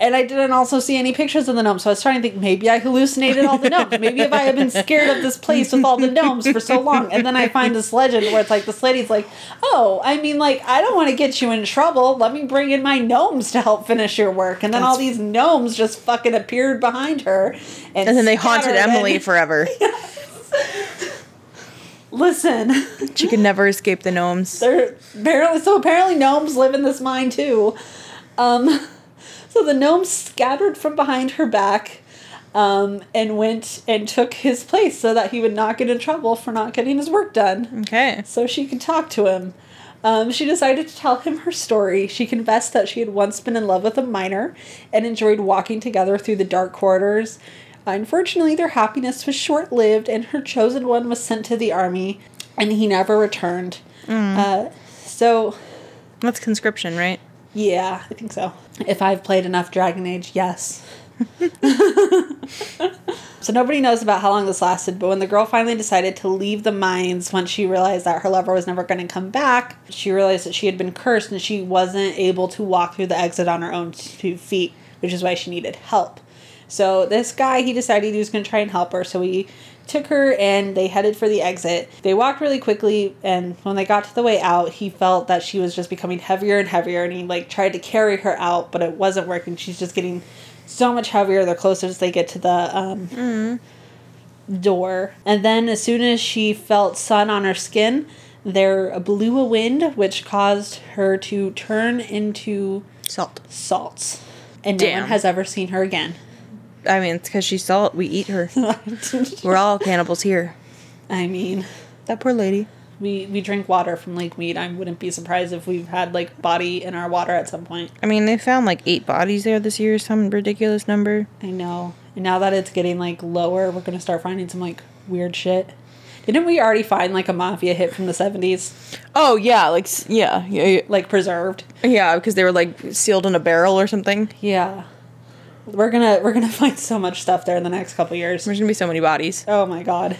And I didn't also see any pictures of the gnomes, so I was trying to think maybe I hallucinated all *laughs* the gnomes. Maybe if I had been scared of this place with all the gnomes for so long, and then I find this legend where it's like this lady's like, "Oh, I mean, like I don't want to get you in trouble. Let me bring in my gnomes to help finish your work." And then all these gnomes just fucking appeared behind her, and, And then they haunted scattered, Emily *laughs* and- forever. Listen, *laughs* She could never escape the gnomes. They're apparently so apparently gnomes live in this mine too. Um, *laughs* so the gnome scattered from behind her back, um, and went and took his place so that he would not get in trouble for not getting his work done. Okay. So she could talk to him. Um, she decided to tell him her story. She confessed that she had once been in love with a miner and enjoyed walking together through the dark corridors. Unfortunately, their happiness was short lived, and her chosen one was sent to the army, and he never returned. Uh, so, That's conscription, right? yeah, I think so. If I've played enough Dragon Age, yes. so nobody knows about how long this lasted, but when the girl finally decided to leave the mines once she realized that her lover was never going to come back, she realized that she had been cursed and she wasn't able to walk through the exit on her own two feet, which is why she needed help. So this guy, he decided he was going to try and help her. So he took her and they headed for the exit. They walked really quickly, and when they got to the way out, he felt that she was just becoming heavier and heavier, and he like tried to carry her out, but it wasn't working. She's just getting so much heavier. The closer as they get to the um, door. And then as soon as she felt sun on her skin, there blew a wind which caused her to turn into Salt. salts. And no Damn. one has ever seen her again. *laughs* I mean, it's because she's salt. We eat her. We're all cannibals here. I mean, That poor lady. we we drink water from Lake Mead. I wouldn't be surprised if we've had like body in our water at some point. I mean, they found like eight bodies there this year, some ridiculous number. I know. And now that it's getting like lower, we're gonna start finding some like weird shit. Didn't we already find like a mafia hit from the seventies, Oh yeah, like s- yeah, yeah, yeah. like preserved? Yeah, because they were like sealed in a barrel or something. Yeah, we're gonna we're gonna *laughs* find so much stuff there in the next couple years. There's gonna be so many bodies. Oh my god.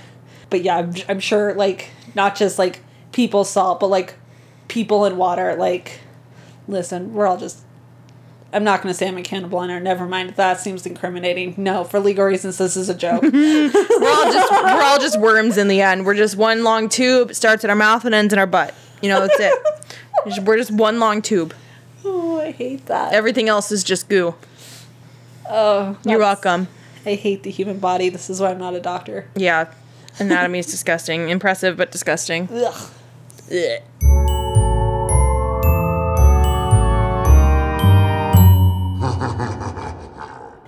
But yeah, I'm, I'm sure like not just like people salt, but like people in water. Like, listen, we're all just. I'm not gonna say I'm a cannibal on her. Never mind. That seems incriminating. No, for legal reasons, this is a joke. We're *laughs* all just we're all just worms in the end. We're just one long tube. It starts in our mouth and ends in our butt. You know, that's it. *laughs* Just- We're just one long tube. oh, I hate that. Everything else is just goo. oh, You're that's- welcome. I hate the human body. This is why I'm not a doctor. Yeah, anatomy is disgusting. Impressive, but disgusting. Ugh.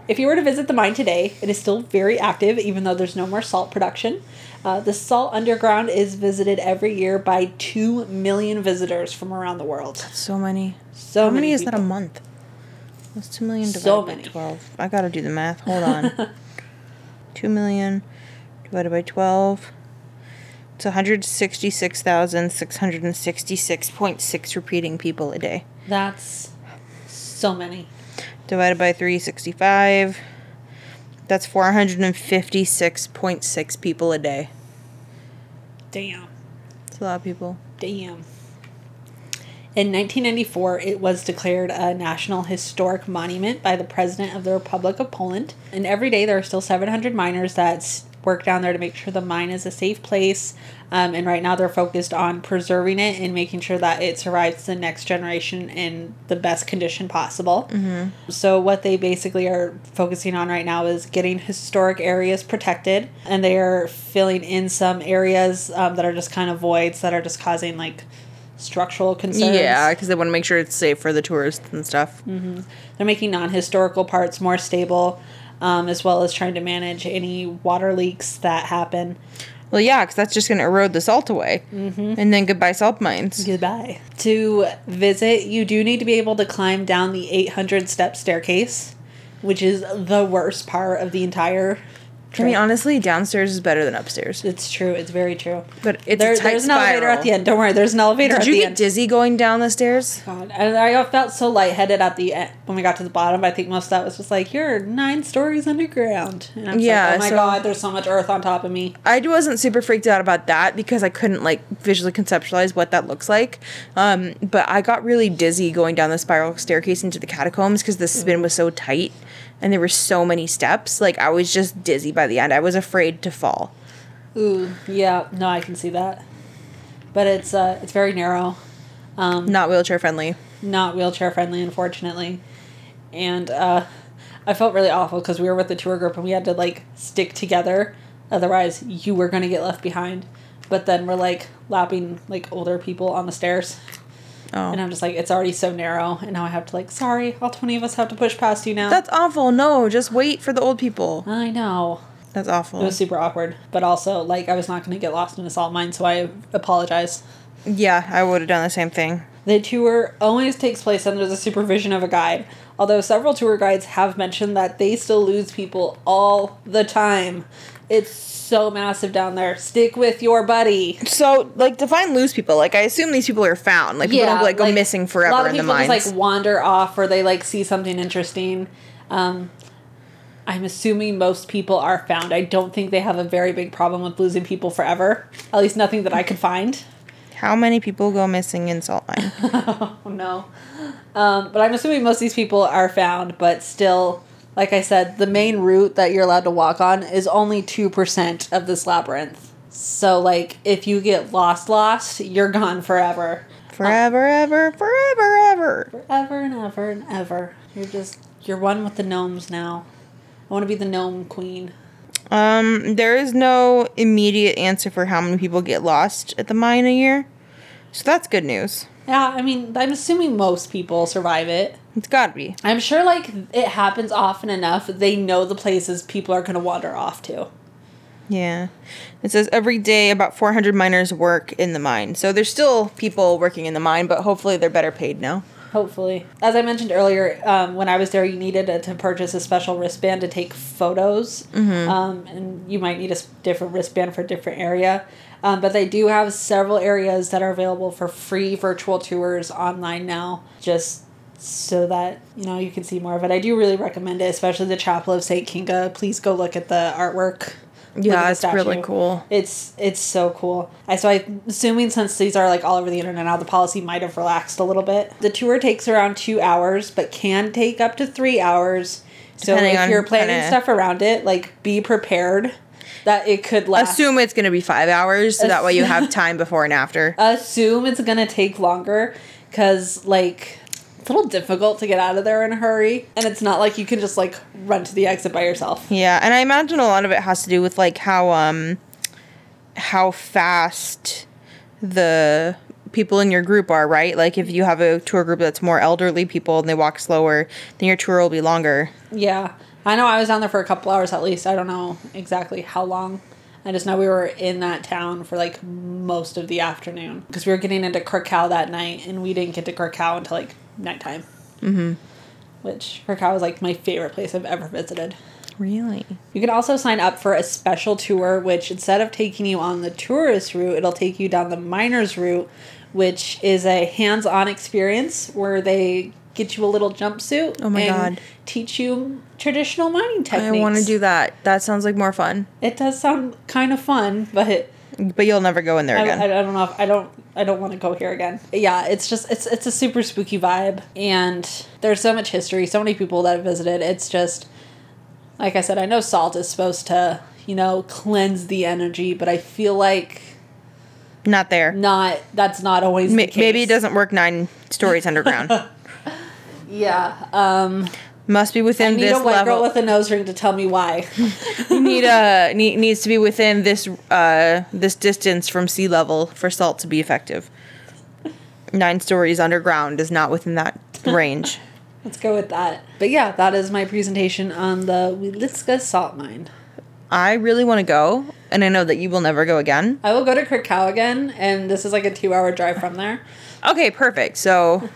If you were to visit the mine today, it is still very active, even though there's no more salt production. Uh, the salt underground is visited every year by 2 million visitors from around the world. So many. So How many, is that people. a month? That's two million divided So by many. twelve. I gotta do the math. Hold *laughs* on. two million divided by twelve. It's one hundred sixty-six thousand six hundred and sixty-six point six repeating people a day. That's so many. Divided by three sixty-five. That's four hundred and fifty-six point six people a day. Damn. It's a lot of people. Damn. In 1994, it was declared a National Historic Monument by the President of the Republic of Poland. And every day there are still 700 miners that s- work down there to make sure the mine is a safe place. Um, and right now they're focused on preserving it and making sure that it survives the next generation in the best condition possible. So, what they basically are focusing on right now is getting historic areas protected, and they are filling in some areas um, that are just kind of voids that are just causing like structural concerns. Yeah, because they want to make sure it's safe for the tourists and stuff. They're making non historical parts more stable, um, as well as trying to manage any water leaks that happen. Well, yeah, because that's just gonna erode the salt away, mm-hmm. and then goodbye salt mines. Goodbye. To visit, you do need to be able to climb down the 800 step staircase, which is the worst part of the entire I mean, honestly, downstairs is better than upstairs. It's true. It's very true. But it's There- a tight there's an spiral. elevator at the end. Don't worry. There's an elevator Did at you the get end. dizzy going down the stairs? God, and I felt so lightheaded at the end when we got to the bottom. I think most of that was just like you're nine stories underground. And I'm Yeah, yeah. Like, oh my so- god, there's so much earth on top of me. I wasn't super freaked out about that because I couldn't like visually conceptualize what that looks like. Um, but I got really dizzy going down the spiral staircase into the catacombs because the spin was so tight and there were so many steps. Like I was just dizzy by the end. I was afraid to fall. Ooh. Yeah. No, I can see that. But it's uh, it's very narrow. Um, Not wheelchair friendly. not wheelchair friendly, unfortunately. And uh, I felt really awful because we were with the tour group and we had to like stick together. Otherwise, you were going to get left behind. But then we're like lapping like older people on the stairs. And Oh, I'm just like, it's already so narrow. And now I have to like, sorry, all 20 of us have to push past you now. that's awful. No, just wait for the old people. I know. That's It awful. was super awkward. But also, like, I was not going to get lost in a salt mine, so I apologize. Yeah, I would have done the same thing. The tour always takes place under the supervision of a guide, although several tour guides have mentioned that they still lose people all the time. It's so massive down there. Stick with your buddy. So, like, define lose people. Like, I assume these people are found. Like, people don't like go missing forever A lot of in the people mines. just like wander off, or they like see something interesting. Um, I'm assuming most people are found. I don't think they have a very big problem with losing people forever. At least nothing that I could find. How many people go missing in salt *laughs* mine? Oh no. Um, but I'm assuming most of these people are found, but still, like I said, the main route that you're allowed to walk on is only 2% of this labyrinth. So, like, if you get lost, lost, you're gone forever. Forever, ever, forever, ever. Ever and ever and ever. You're just, you're one with the gnomes now. I want to be the gnome queen. Um, there is no immediate answer for how many people get lost at the mine a year. So that's good news. Yeah, I mean, I'm assuming most people survive it. It's gotta be. I'm sure, like, it happens often enough, they know the places people are going to wander off to. Yeah. It says every day about 400 miners work in the mine. So there's still people working in the mine, but hopefully they're better paid now. Hopefully. As I mentioned earlier, um, when I was there, you needed to, to purchase a special wristband to take photos. Mm-hmm. Um, and you might need a s- different wristband for a different area. Um, but they do have several areas that are available for free virtual tours online now, just so that, you know, you can see more of it. I do really recommend it, especially the Chapel of St. Kinga. Please go look at the artwork. Look at Yeah, the it's really statue. cool. It's it's so cool. I so I'm assuming since these are like all over the internet now, the policy might have relaxed a little bit. The tour takes around two hours, but can take up to three hours. So Depending if on you're planning kinda- stuff around it, like be prepared that it could last. Assume it's gonna be five hours, so that way you *laughs* have time before and after. assume it's gonna take longer because like it's a little difficult to get out of there in a hurry, and it's not like you can just like run to the exit by yourself. Yeah, and I imagine a lot of it has to do with like how um how fast the people in your group are, right? Like if you have a tour group that's more elderly people and they walk slower, then your tour will be longer. Yeah. I know I was down there for a couple hours at least. I don't know exactly how long. I just know we were in that town for like most of the afternoon because we were getting into Krakow that night and we didn't get to Krakow until like nighttime. Mm-hmm. Which Krakow is like my favorite place I've ever visited. Really? You can also sign up for a special tour, which instead of taking you on the tourist route, it'll take you down the miners route, which is a hands on experience where they get you a little jumpsuit Oh my and God. teach you traditional mining I techniques. want to do that. That sounds like more fun. It does sound kind of fun, but But you'll never go in there I, again. I, I don't know. If, I don't. I don't want to go here again. Yeah, it's just it's it's a super spooky vibe, and there's so much history, so many people that have visited. It's just like I said. I know salt is supposed to you know cleanse the energy, but I feel like Not there. not. That's not always Ma- the case. Maybe it doesn't work nine stories *laughs* underground. Yeah. Um. Must be within I need this a white level. girl with a nose ring to tell me why. *laughs* need a need, needs to be within this uh this distance from sea level for salt to be effective. Nine stories underground is not within that range. Let's go with that. But yeah, that is my presentation on the Wiliska salt mine. I really want to go, and I know that you will never go again. I will go to Krakow again, and this is like a two-hour drive from there. Okay, perfect. So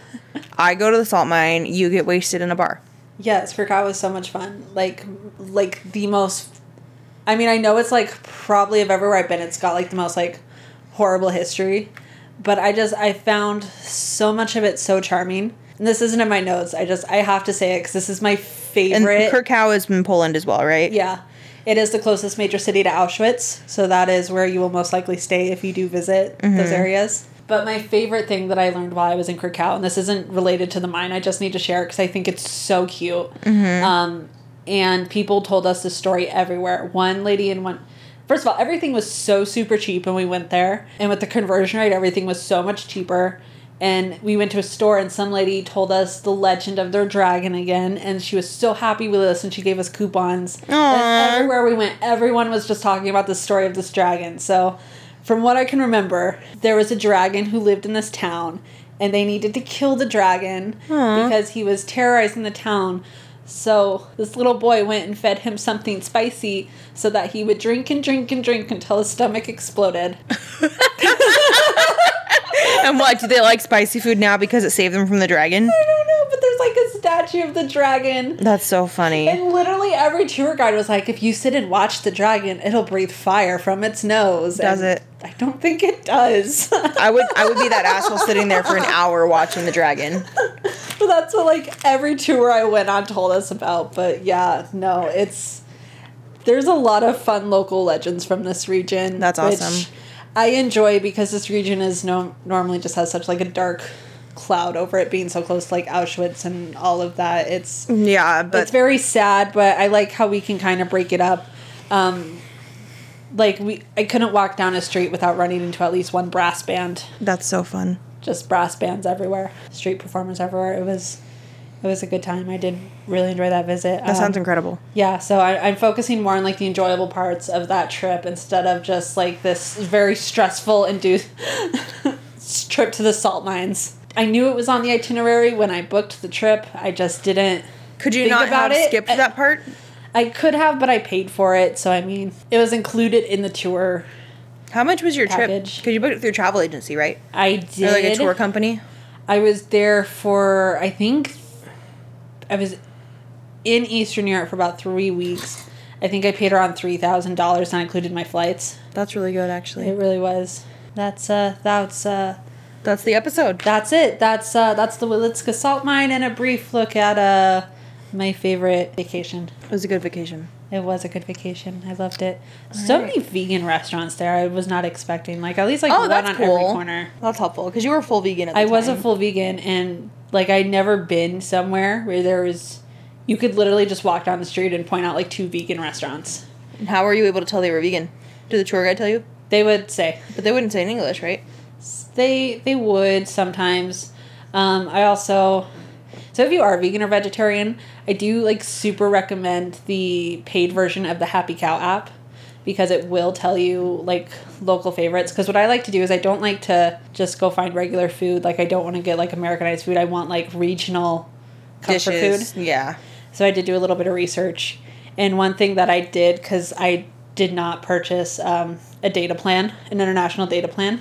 I go to the salt mine. You get wasted in a bar. Yes, Krakow was so much fun. Like, like the most I mean, I know it's like probably of everywhere I've been, it's got like the most like horrible history, but I just I found so much of it so charming. And this isn't in my notes. I just I have to say it because this is my And favorite. Krakow is in Poland as well, right? Yeah. It is the closest major city to Auschwitz, so that is where you will most likely stay if you do visit those areas. But my favorite thing that I learned while I was in Krakow, and this isn't related to the mine, I just need to share it because I think it's so cute. Um, and people told us the story everywhere. One lady in one, first of all, everything was so super cheap when we went there, and with the conversion rate, everything was so much cheaper. And we went to a store, and some lady told us the legend of their dragon again, and she was so happy with us, and she gave us coupons. And everywhere we went, everyone was just talking about the story of this dragon. So, from what I can remember, there was a dragon who lived in this town, and they needed to kill the dragon because he was terrorizing the town. So, this little boy went and fed him something spicy so that he would drink and drink and drink until his stomach exploded. *laughs* And what do they like spicy food now because it saved them from the dragon? I don't know, but there's like a statue of the dragon. That's so funny. And literally every tour guide was like, if you sit and watch the dragon, it'll breathe fire from its nose. Does And it? I don't think it does. *laughs* but I would I would be that asshole sitting there for an hour watching the dragon. that's what like every tour I went on told us about. But yeah, no, it's there's a lot of fun local legends from this region. That's awesome. I enjoy because this region is no normally just has such like a dark cloud over it being so close to like Auschwitz and all of that. It's Yeah, but it's very sad, but I like how we can kind of break it up. Um, like we, I couldn't walk down a street without running into at least one brass band. that's so fun. Just brass bands everywhere, street performers everywhere. It was, it was a good time. I did really enjoy that visit. Um, That sounds incredible. Yeah, so I, I'm focusing more on like the enjoyable parts of that trip instead of just like this very stressful induced *laughs* trip to the salt mines. I knew it was on the itinerary when I booked the trip. I just didn't Could you think not about have it, skipped uh, that part? I could have, but I paid for it, so I mean, it was included in the tour. How much was your trip? Package. Because you booked it through a travel agency, right? I did. Or like a tour company? I was there for I think I was in Eastern Europe for about three weeks. I think I paid around three thousand dollars, and I included my flights. That's really good, actually. It really was. That's uh, that's uh, That's the episode. that's it. That's uh, that's the Wilitska salt mine, and a brief look at uh, my favorite vacation. It was a good vacation. It was a good vacation. I loved it. so many vegan restaurants there. I was not expecting. Like at least like Oh, one that's on cool. every corner. That's helpful because you were full vegan at the I time. was a full vegan, and like I'd never been somewhere where there was, you could literally just walk down the street and point out like two vegan restaurants. How were you able to tell they were vegan? Did the tour guide tell you? They would say But they wouldn't say in English, right? they they would sometimes. Um, I also, so if you are vegan or vegetarian, I do like super recommend the paid version of the Happy Cow app because it will tell you like local favorites. Because what I like to do is I don't like to just go find regular food. Like I don't want to get like Americanized food. I want like regional comfort food. Dishes. Yeah. So I did do a little bit of research. And one thing that I did, because I did not purchase um, a data plan, an international data plan.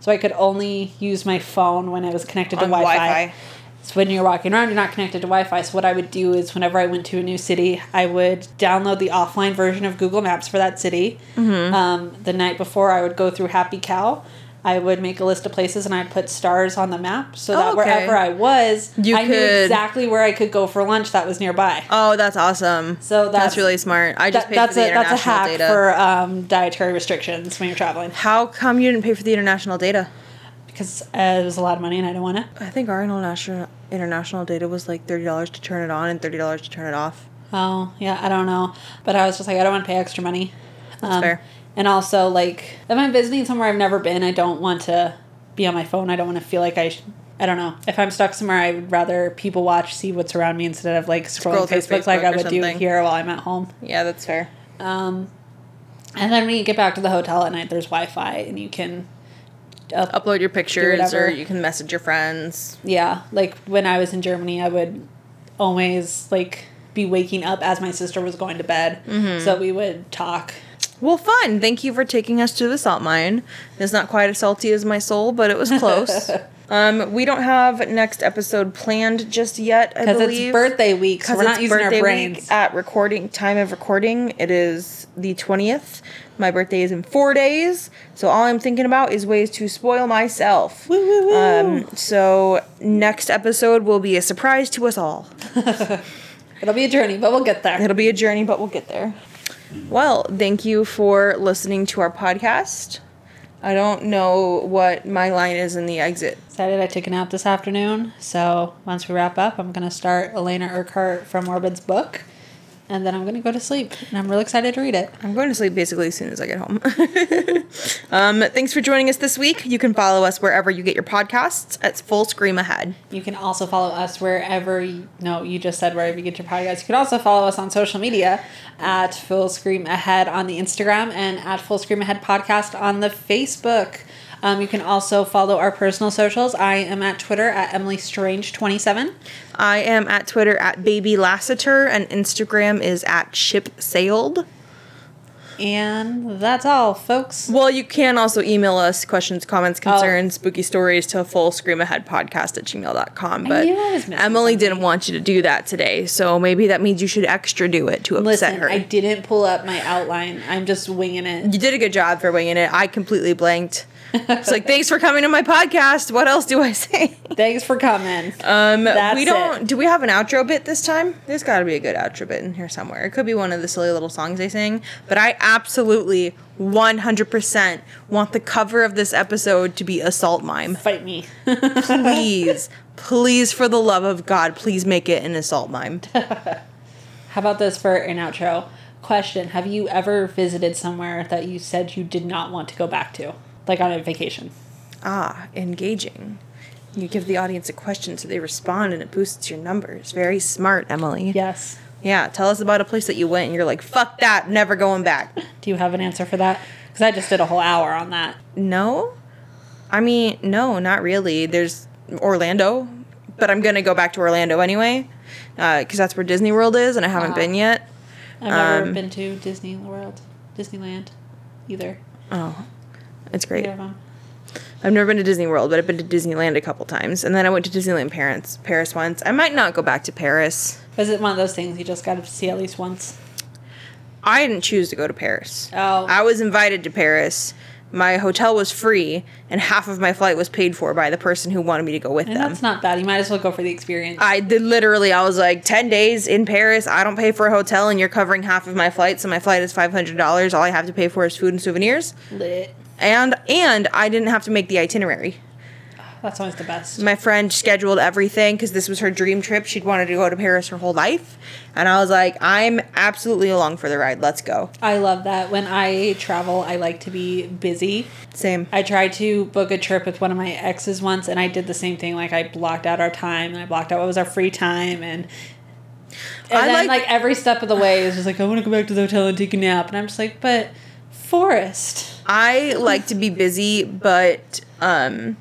So I could only use my phone when I was connected to On Wi Fi. Wi-Fi. So when you're walking around, you're not connected to Wi Fi. So what I would do is whenever I went to a new city, I would download the offline version of Google Maps for that city. Mm-hmm. Um, the night before, I would go through Happy Cow. I would make a list of places and I'd put stars on the map so that Oh, okay. wherever I was, You I knew could- exactly where I could go for lunch that was nearby. Oh, that's awesome. So that's- that's really smart. I just That- paid that's for the a that's a international hack data. for um, dietary restrictions when you're traveling How come you didn't pay for the international data? because uh, it was a lot of money and I don't want to. I think our international international data was like thirty dollars to turn it on and thirty dollars to turn it off. Oh yeah, I don't know, but I was just like I don't want to pay extra money. That's fair. And also like if I'm visiting somewhere I've never been, I don't want to be on my phone. I don't want to feel like I. Sh- I don't know. If I'm stuck somewhere, I would rather people watch, see what's around me instead of like scrolling Scroll through Facebook, like Facebook I or would do something. here while I'm at home. Yeah, that's fair. Um, and then when you get back to the hotel at night, there's Wi-Fi and you can up- Upload your pictures whatever. or you can message your friends. Yeah, like when I was in Germany, I would always like be waking up as my sister was going to bed, Mm-hmm. so we would talk. Well, *laughs* fun. Thank you for taking us to the salt mine. It's not quite as salty as my soul, but it was close. Um, we don't have next episode planned just yet. I Because believe it's birthday week, so 'Cause we're not it's using our birthday week brains. at recording time of recording. It is the twentieth. My birthday is in four days, so all I'm thinking about is ways to spoil myself. Woo woo woo! Um, so next episode will be a surprise to us all. It'll be a journey, but we'll get there. It'll be a journey, but we'll get there. Well, thank you for listening to our podcast. I don't know what my line is in the exit. Decided I took a nap this afternoon, so once we wrap up, I'm gonna start Elena Urquhart from Morbid's book, and then I'm gonna go to sleep. And I'm really excited to read it. I'm going to sleep basically as soon as I get home. *laughs* um, thanks for joining us this week. You can follow us wherever you get your podcasts at Full Scream Ahead. You can also follow us wherever. You, no, you just said wherever you get your podcast. You can also follow us on social media at Full Scream Ahead on the Instagram and at Full Scream Ahead Podcast on the Facebook. Um, you can also follow our personal socials. I am at Twitter at Emily Strange twenty seven. I am at Twitter at Baby Lassiter and Instagram is at Ship Sailed. And that's all, folks. Well, you can also email us questions, comments, Oh. concerns, spooky stories to full scream ahead podcast at gmail.com. But knew I was missing Emily didn't want you to do that today, so maybe that means you should extra do it to upset Listen, her. I didn't pull up my outline. I'm just winging it. you did a good job for winging it. I completely blanked. It's like, thanks for coming to my podcast. What else do I say? Thanks for coming. Um, That's we don't. it. Do we have an outro bit this time? There's got to be a good outro bit in here somewhere. It could be one of the silly little songs they sing. But I absolutely, 100% want the cover of this episode to be "Assault Mime." Fight me. Please, *laughs* please, for the love of God, please make it an assault *laughs* mime. How about this for an outro? Question Have you ever visited somewhere that you said you did not want to go back to? Like on a vacation? Ah, engaging. You give the audience a question so they respond, and it boosts your numbers. Very smart, Emily. Yes. Yeah, tell us about a place that you went and you're like, fuck that, never going back. Do you have an answer for that? Because I just did a whole hour on that. No? I mean, no, not really. There's Orlando, but I'm going to go back to Orlando anyway because that's where Disney World is and I haven't Wow. been yet. I've never Um, been to Disney World, Disneyland, either. Oh, it's great. Either of them. I've never been to Disney World, but I've been to Disneyland a couple times. And then I went to Disneyland Paris, Paris once. I might not go back to Paris. Was it one of those things you just got to see at least once? I didn't choose to go to Paris. Oh. I was invited to Paris. My hotel was free, and half of my flight was paid for by the person who wanted me to go with And them. that's not bad. You might as well go for the experience. I did literally, I was like, 10 days in Paris. I don't pay for a hotel, and you're covering half of my flight. So my flight is $500. All I have to pay for is food and souvenirs. Lit. And and I didn't have to make the itinerary. That's always the best. My friend scheduled everything because this was her dream trip. She'd wanted to go to Paris her whole life. And I was like, I'm absolutely along for the ride. Let's go. I love that. When I travel, I like to be busy. Same. I tried to book a trip with one of my exes once, and I did the same thing. Like I blocked out our time, and I blocked out what was our free time, and and I then like- like, every step of the way is just like I want to go back to the hotel and take a nap, and I'm just like, but Forrest, I like to be busy, but um,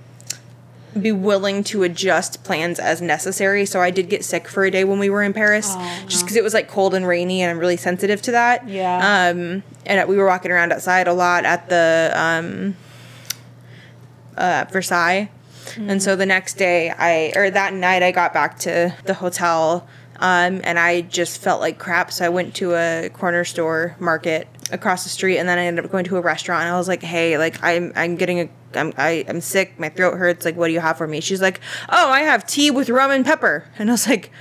be willing to adjust plans as necessary. So I did get sick for a day when we were in Paris, Oh, just because it was like cold and rainy, and I'm really sensitive to that. Yeah. Um, and we were walking around outside a lot at the um, uh, Versailles, and so the next day I or that night I got back to the hotel. Um, and I just felt like crap, so I went to a corner store market across the street, and then I ended up going to a restaurant. And I was like, "Hey, like I'm I'm getting a I'm I, I'm sick, my throat hurts. Like, what do you have for me?" She's like, "Oh, I have tea with rum and pepper," and I was like,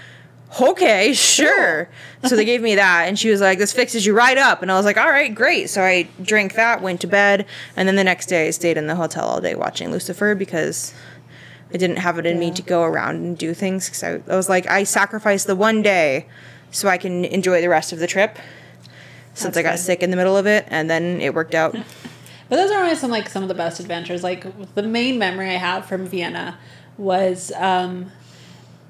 okay, sure. so they gave me that, and she was like, this fixes you right up. And I was like, all right, great. So I drank that, went to bed, and then the next day I stayed in the hotel all day watching Lucifer because I didn't have it in me to go around and do things. Because I, I was like, I sacrificed the one day so I can enjoy the rest of the trip. Since I got sick in the middle of it, and then it worked out. But those are always some like some of the best adventures. Like the main memory I have from Vienna was um,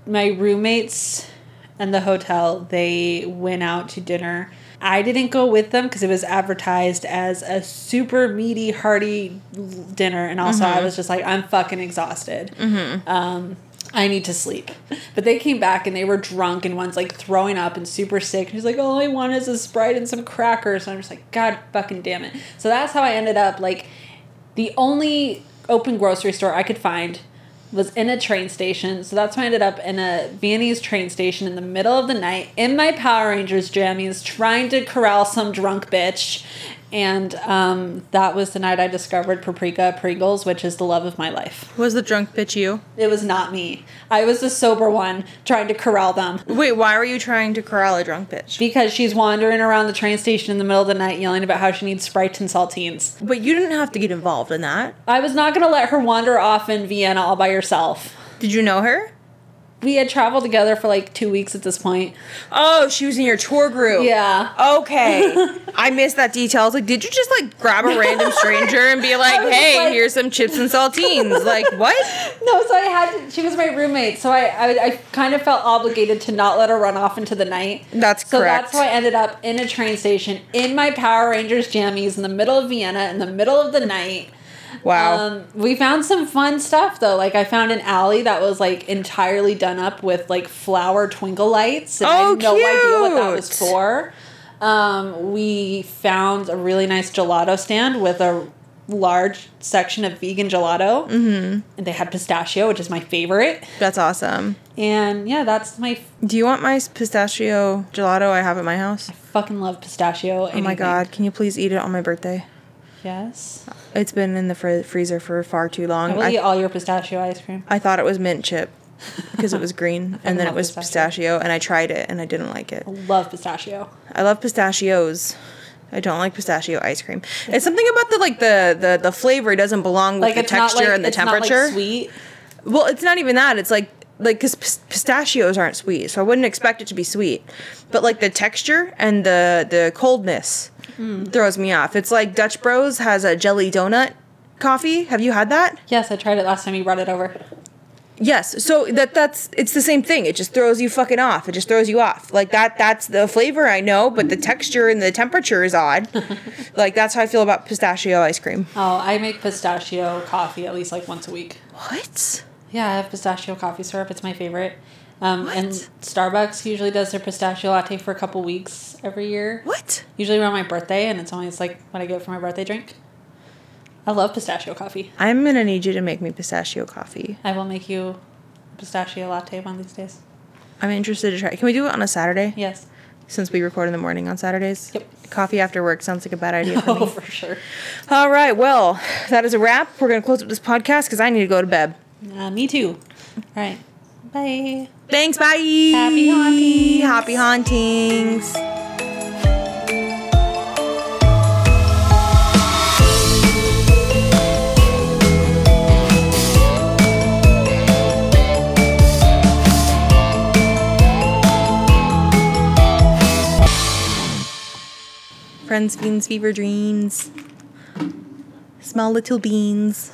my roommates and the hotel. They went out to dinner. I didn't go with them because it was advertised as a super meaty, hearty l- dinner, and also I was just like, I'm fucking exhausted. Um, I need to sleep. But they came back and they were drunk, and one's like throwing up and super sick. He's like, all I want is a sprite and some crackers. And I'm just like, God fucking damn it. So that's how I ended up like the only open grocery store I could find was in a train station. So that's why I ended up in a Viennese train station in the middle of the night in my Power Rangers jammies trying to corral some drunk bitch. And um, that was the night I discovered Paprika Pringles, which is the love of my life. *laughs* Was the drunk bitch you? It was not me. I was the sober one trying to corral them Wait, why were you trying to corral a drunk bitch? because she's wandering around the train station in the middle of the night yelling about how she needs Sprite and saltines. But you didn't have to get involved in that. I was not going to let her wander off in Vienna all by herself. Did you know her? We had traveled together for like two weeks at this point. Oh, she was in your tour group. Yeah. Okay. *laughs* I missed that detail. I was like, did you just like grab a *laughs* random stranger and be like, was hey, like- here's some chips and *laughs* saltines? like, what? No, so I had to, she was my roommate, so I, I I kind of felt obligated to not let her run off into the night. That's so correct. that's why I ended up in a train station in my Power Rangers jammies in the middle of Vienna in the middle of the night. Wow. Um, we found some fun stuff though. Like I found an alley that was like entirely done up with like flower twinkle lights, and I Oh, had no idea what that was cute. for. Um, we found a really nice gelato stand with a large section of vegan gelato, mm-hmm. and they had pistachio, which is my favorite. That's awesome. And yeah, that's my f- Do you want my pistachio gelato I have at my house? fucking love pistachio. Oh my god, can you please eat it on my birthday? Yes, It's been in the fr- freezer for far too long. I will I, eat all your pistachio ice cream. I thought it was mint chip because *laughs* it was green and then it love was pistachio. pistachio and I tried it and I didn't like it. Love pistachio. I love pistachios. I don't like pistachio ice cream. It's something about the like the the, the flavor doesn't belong with Like the it's not texture like and the it's not, like, temperature. sweet. Well, it's not even that. It's like like because pistachios aren't sweet, so I wouldn't expect it to be sweet. But like the texture and the the coldness Mm. throws me off. It's like Dutch Bros has a jelly donut coffee. Have you had that? Yes, I tried it last time you brought it over. Yes. So that that's it's the same thing. It just throws you fucking off. It just throws you off. Like that that's the flavor I know, but the texture and the temperature is odd. like that's how I feel about pistachio ice cream. Oh, I make pistachio coffee at least like once a week. What? Yeah, I have pistachio coffee syrup. It's my favorite. Um, and Starbucks usually does their pistachio latte for a couple weeks every year. What? Usually around my birthday, and it's always like what I get for my birthday drink. I love pistachio coffee. I'm gonna need you to make me pistachio coffee. I will make you pistachio latte one of these days. I'm interested to try. Can we do it on a Saturday? Yes. Since we record in the morning on Saturdays. Yep. Coffee after work sounds like a bad idea for *laughs* Oh, me. for sure. All right. Well, that is a wrap. We're gonna close up this podcast because I need to go to bed. Uh, me too. All right. Bye. Thanks. Bye. Happy hauntings. Happy hauntings. Friends, fiends, fever dreams. Smell little beans.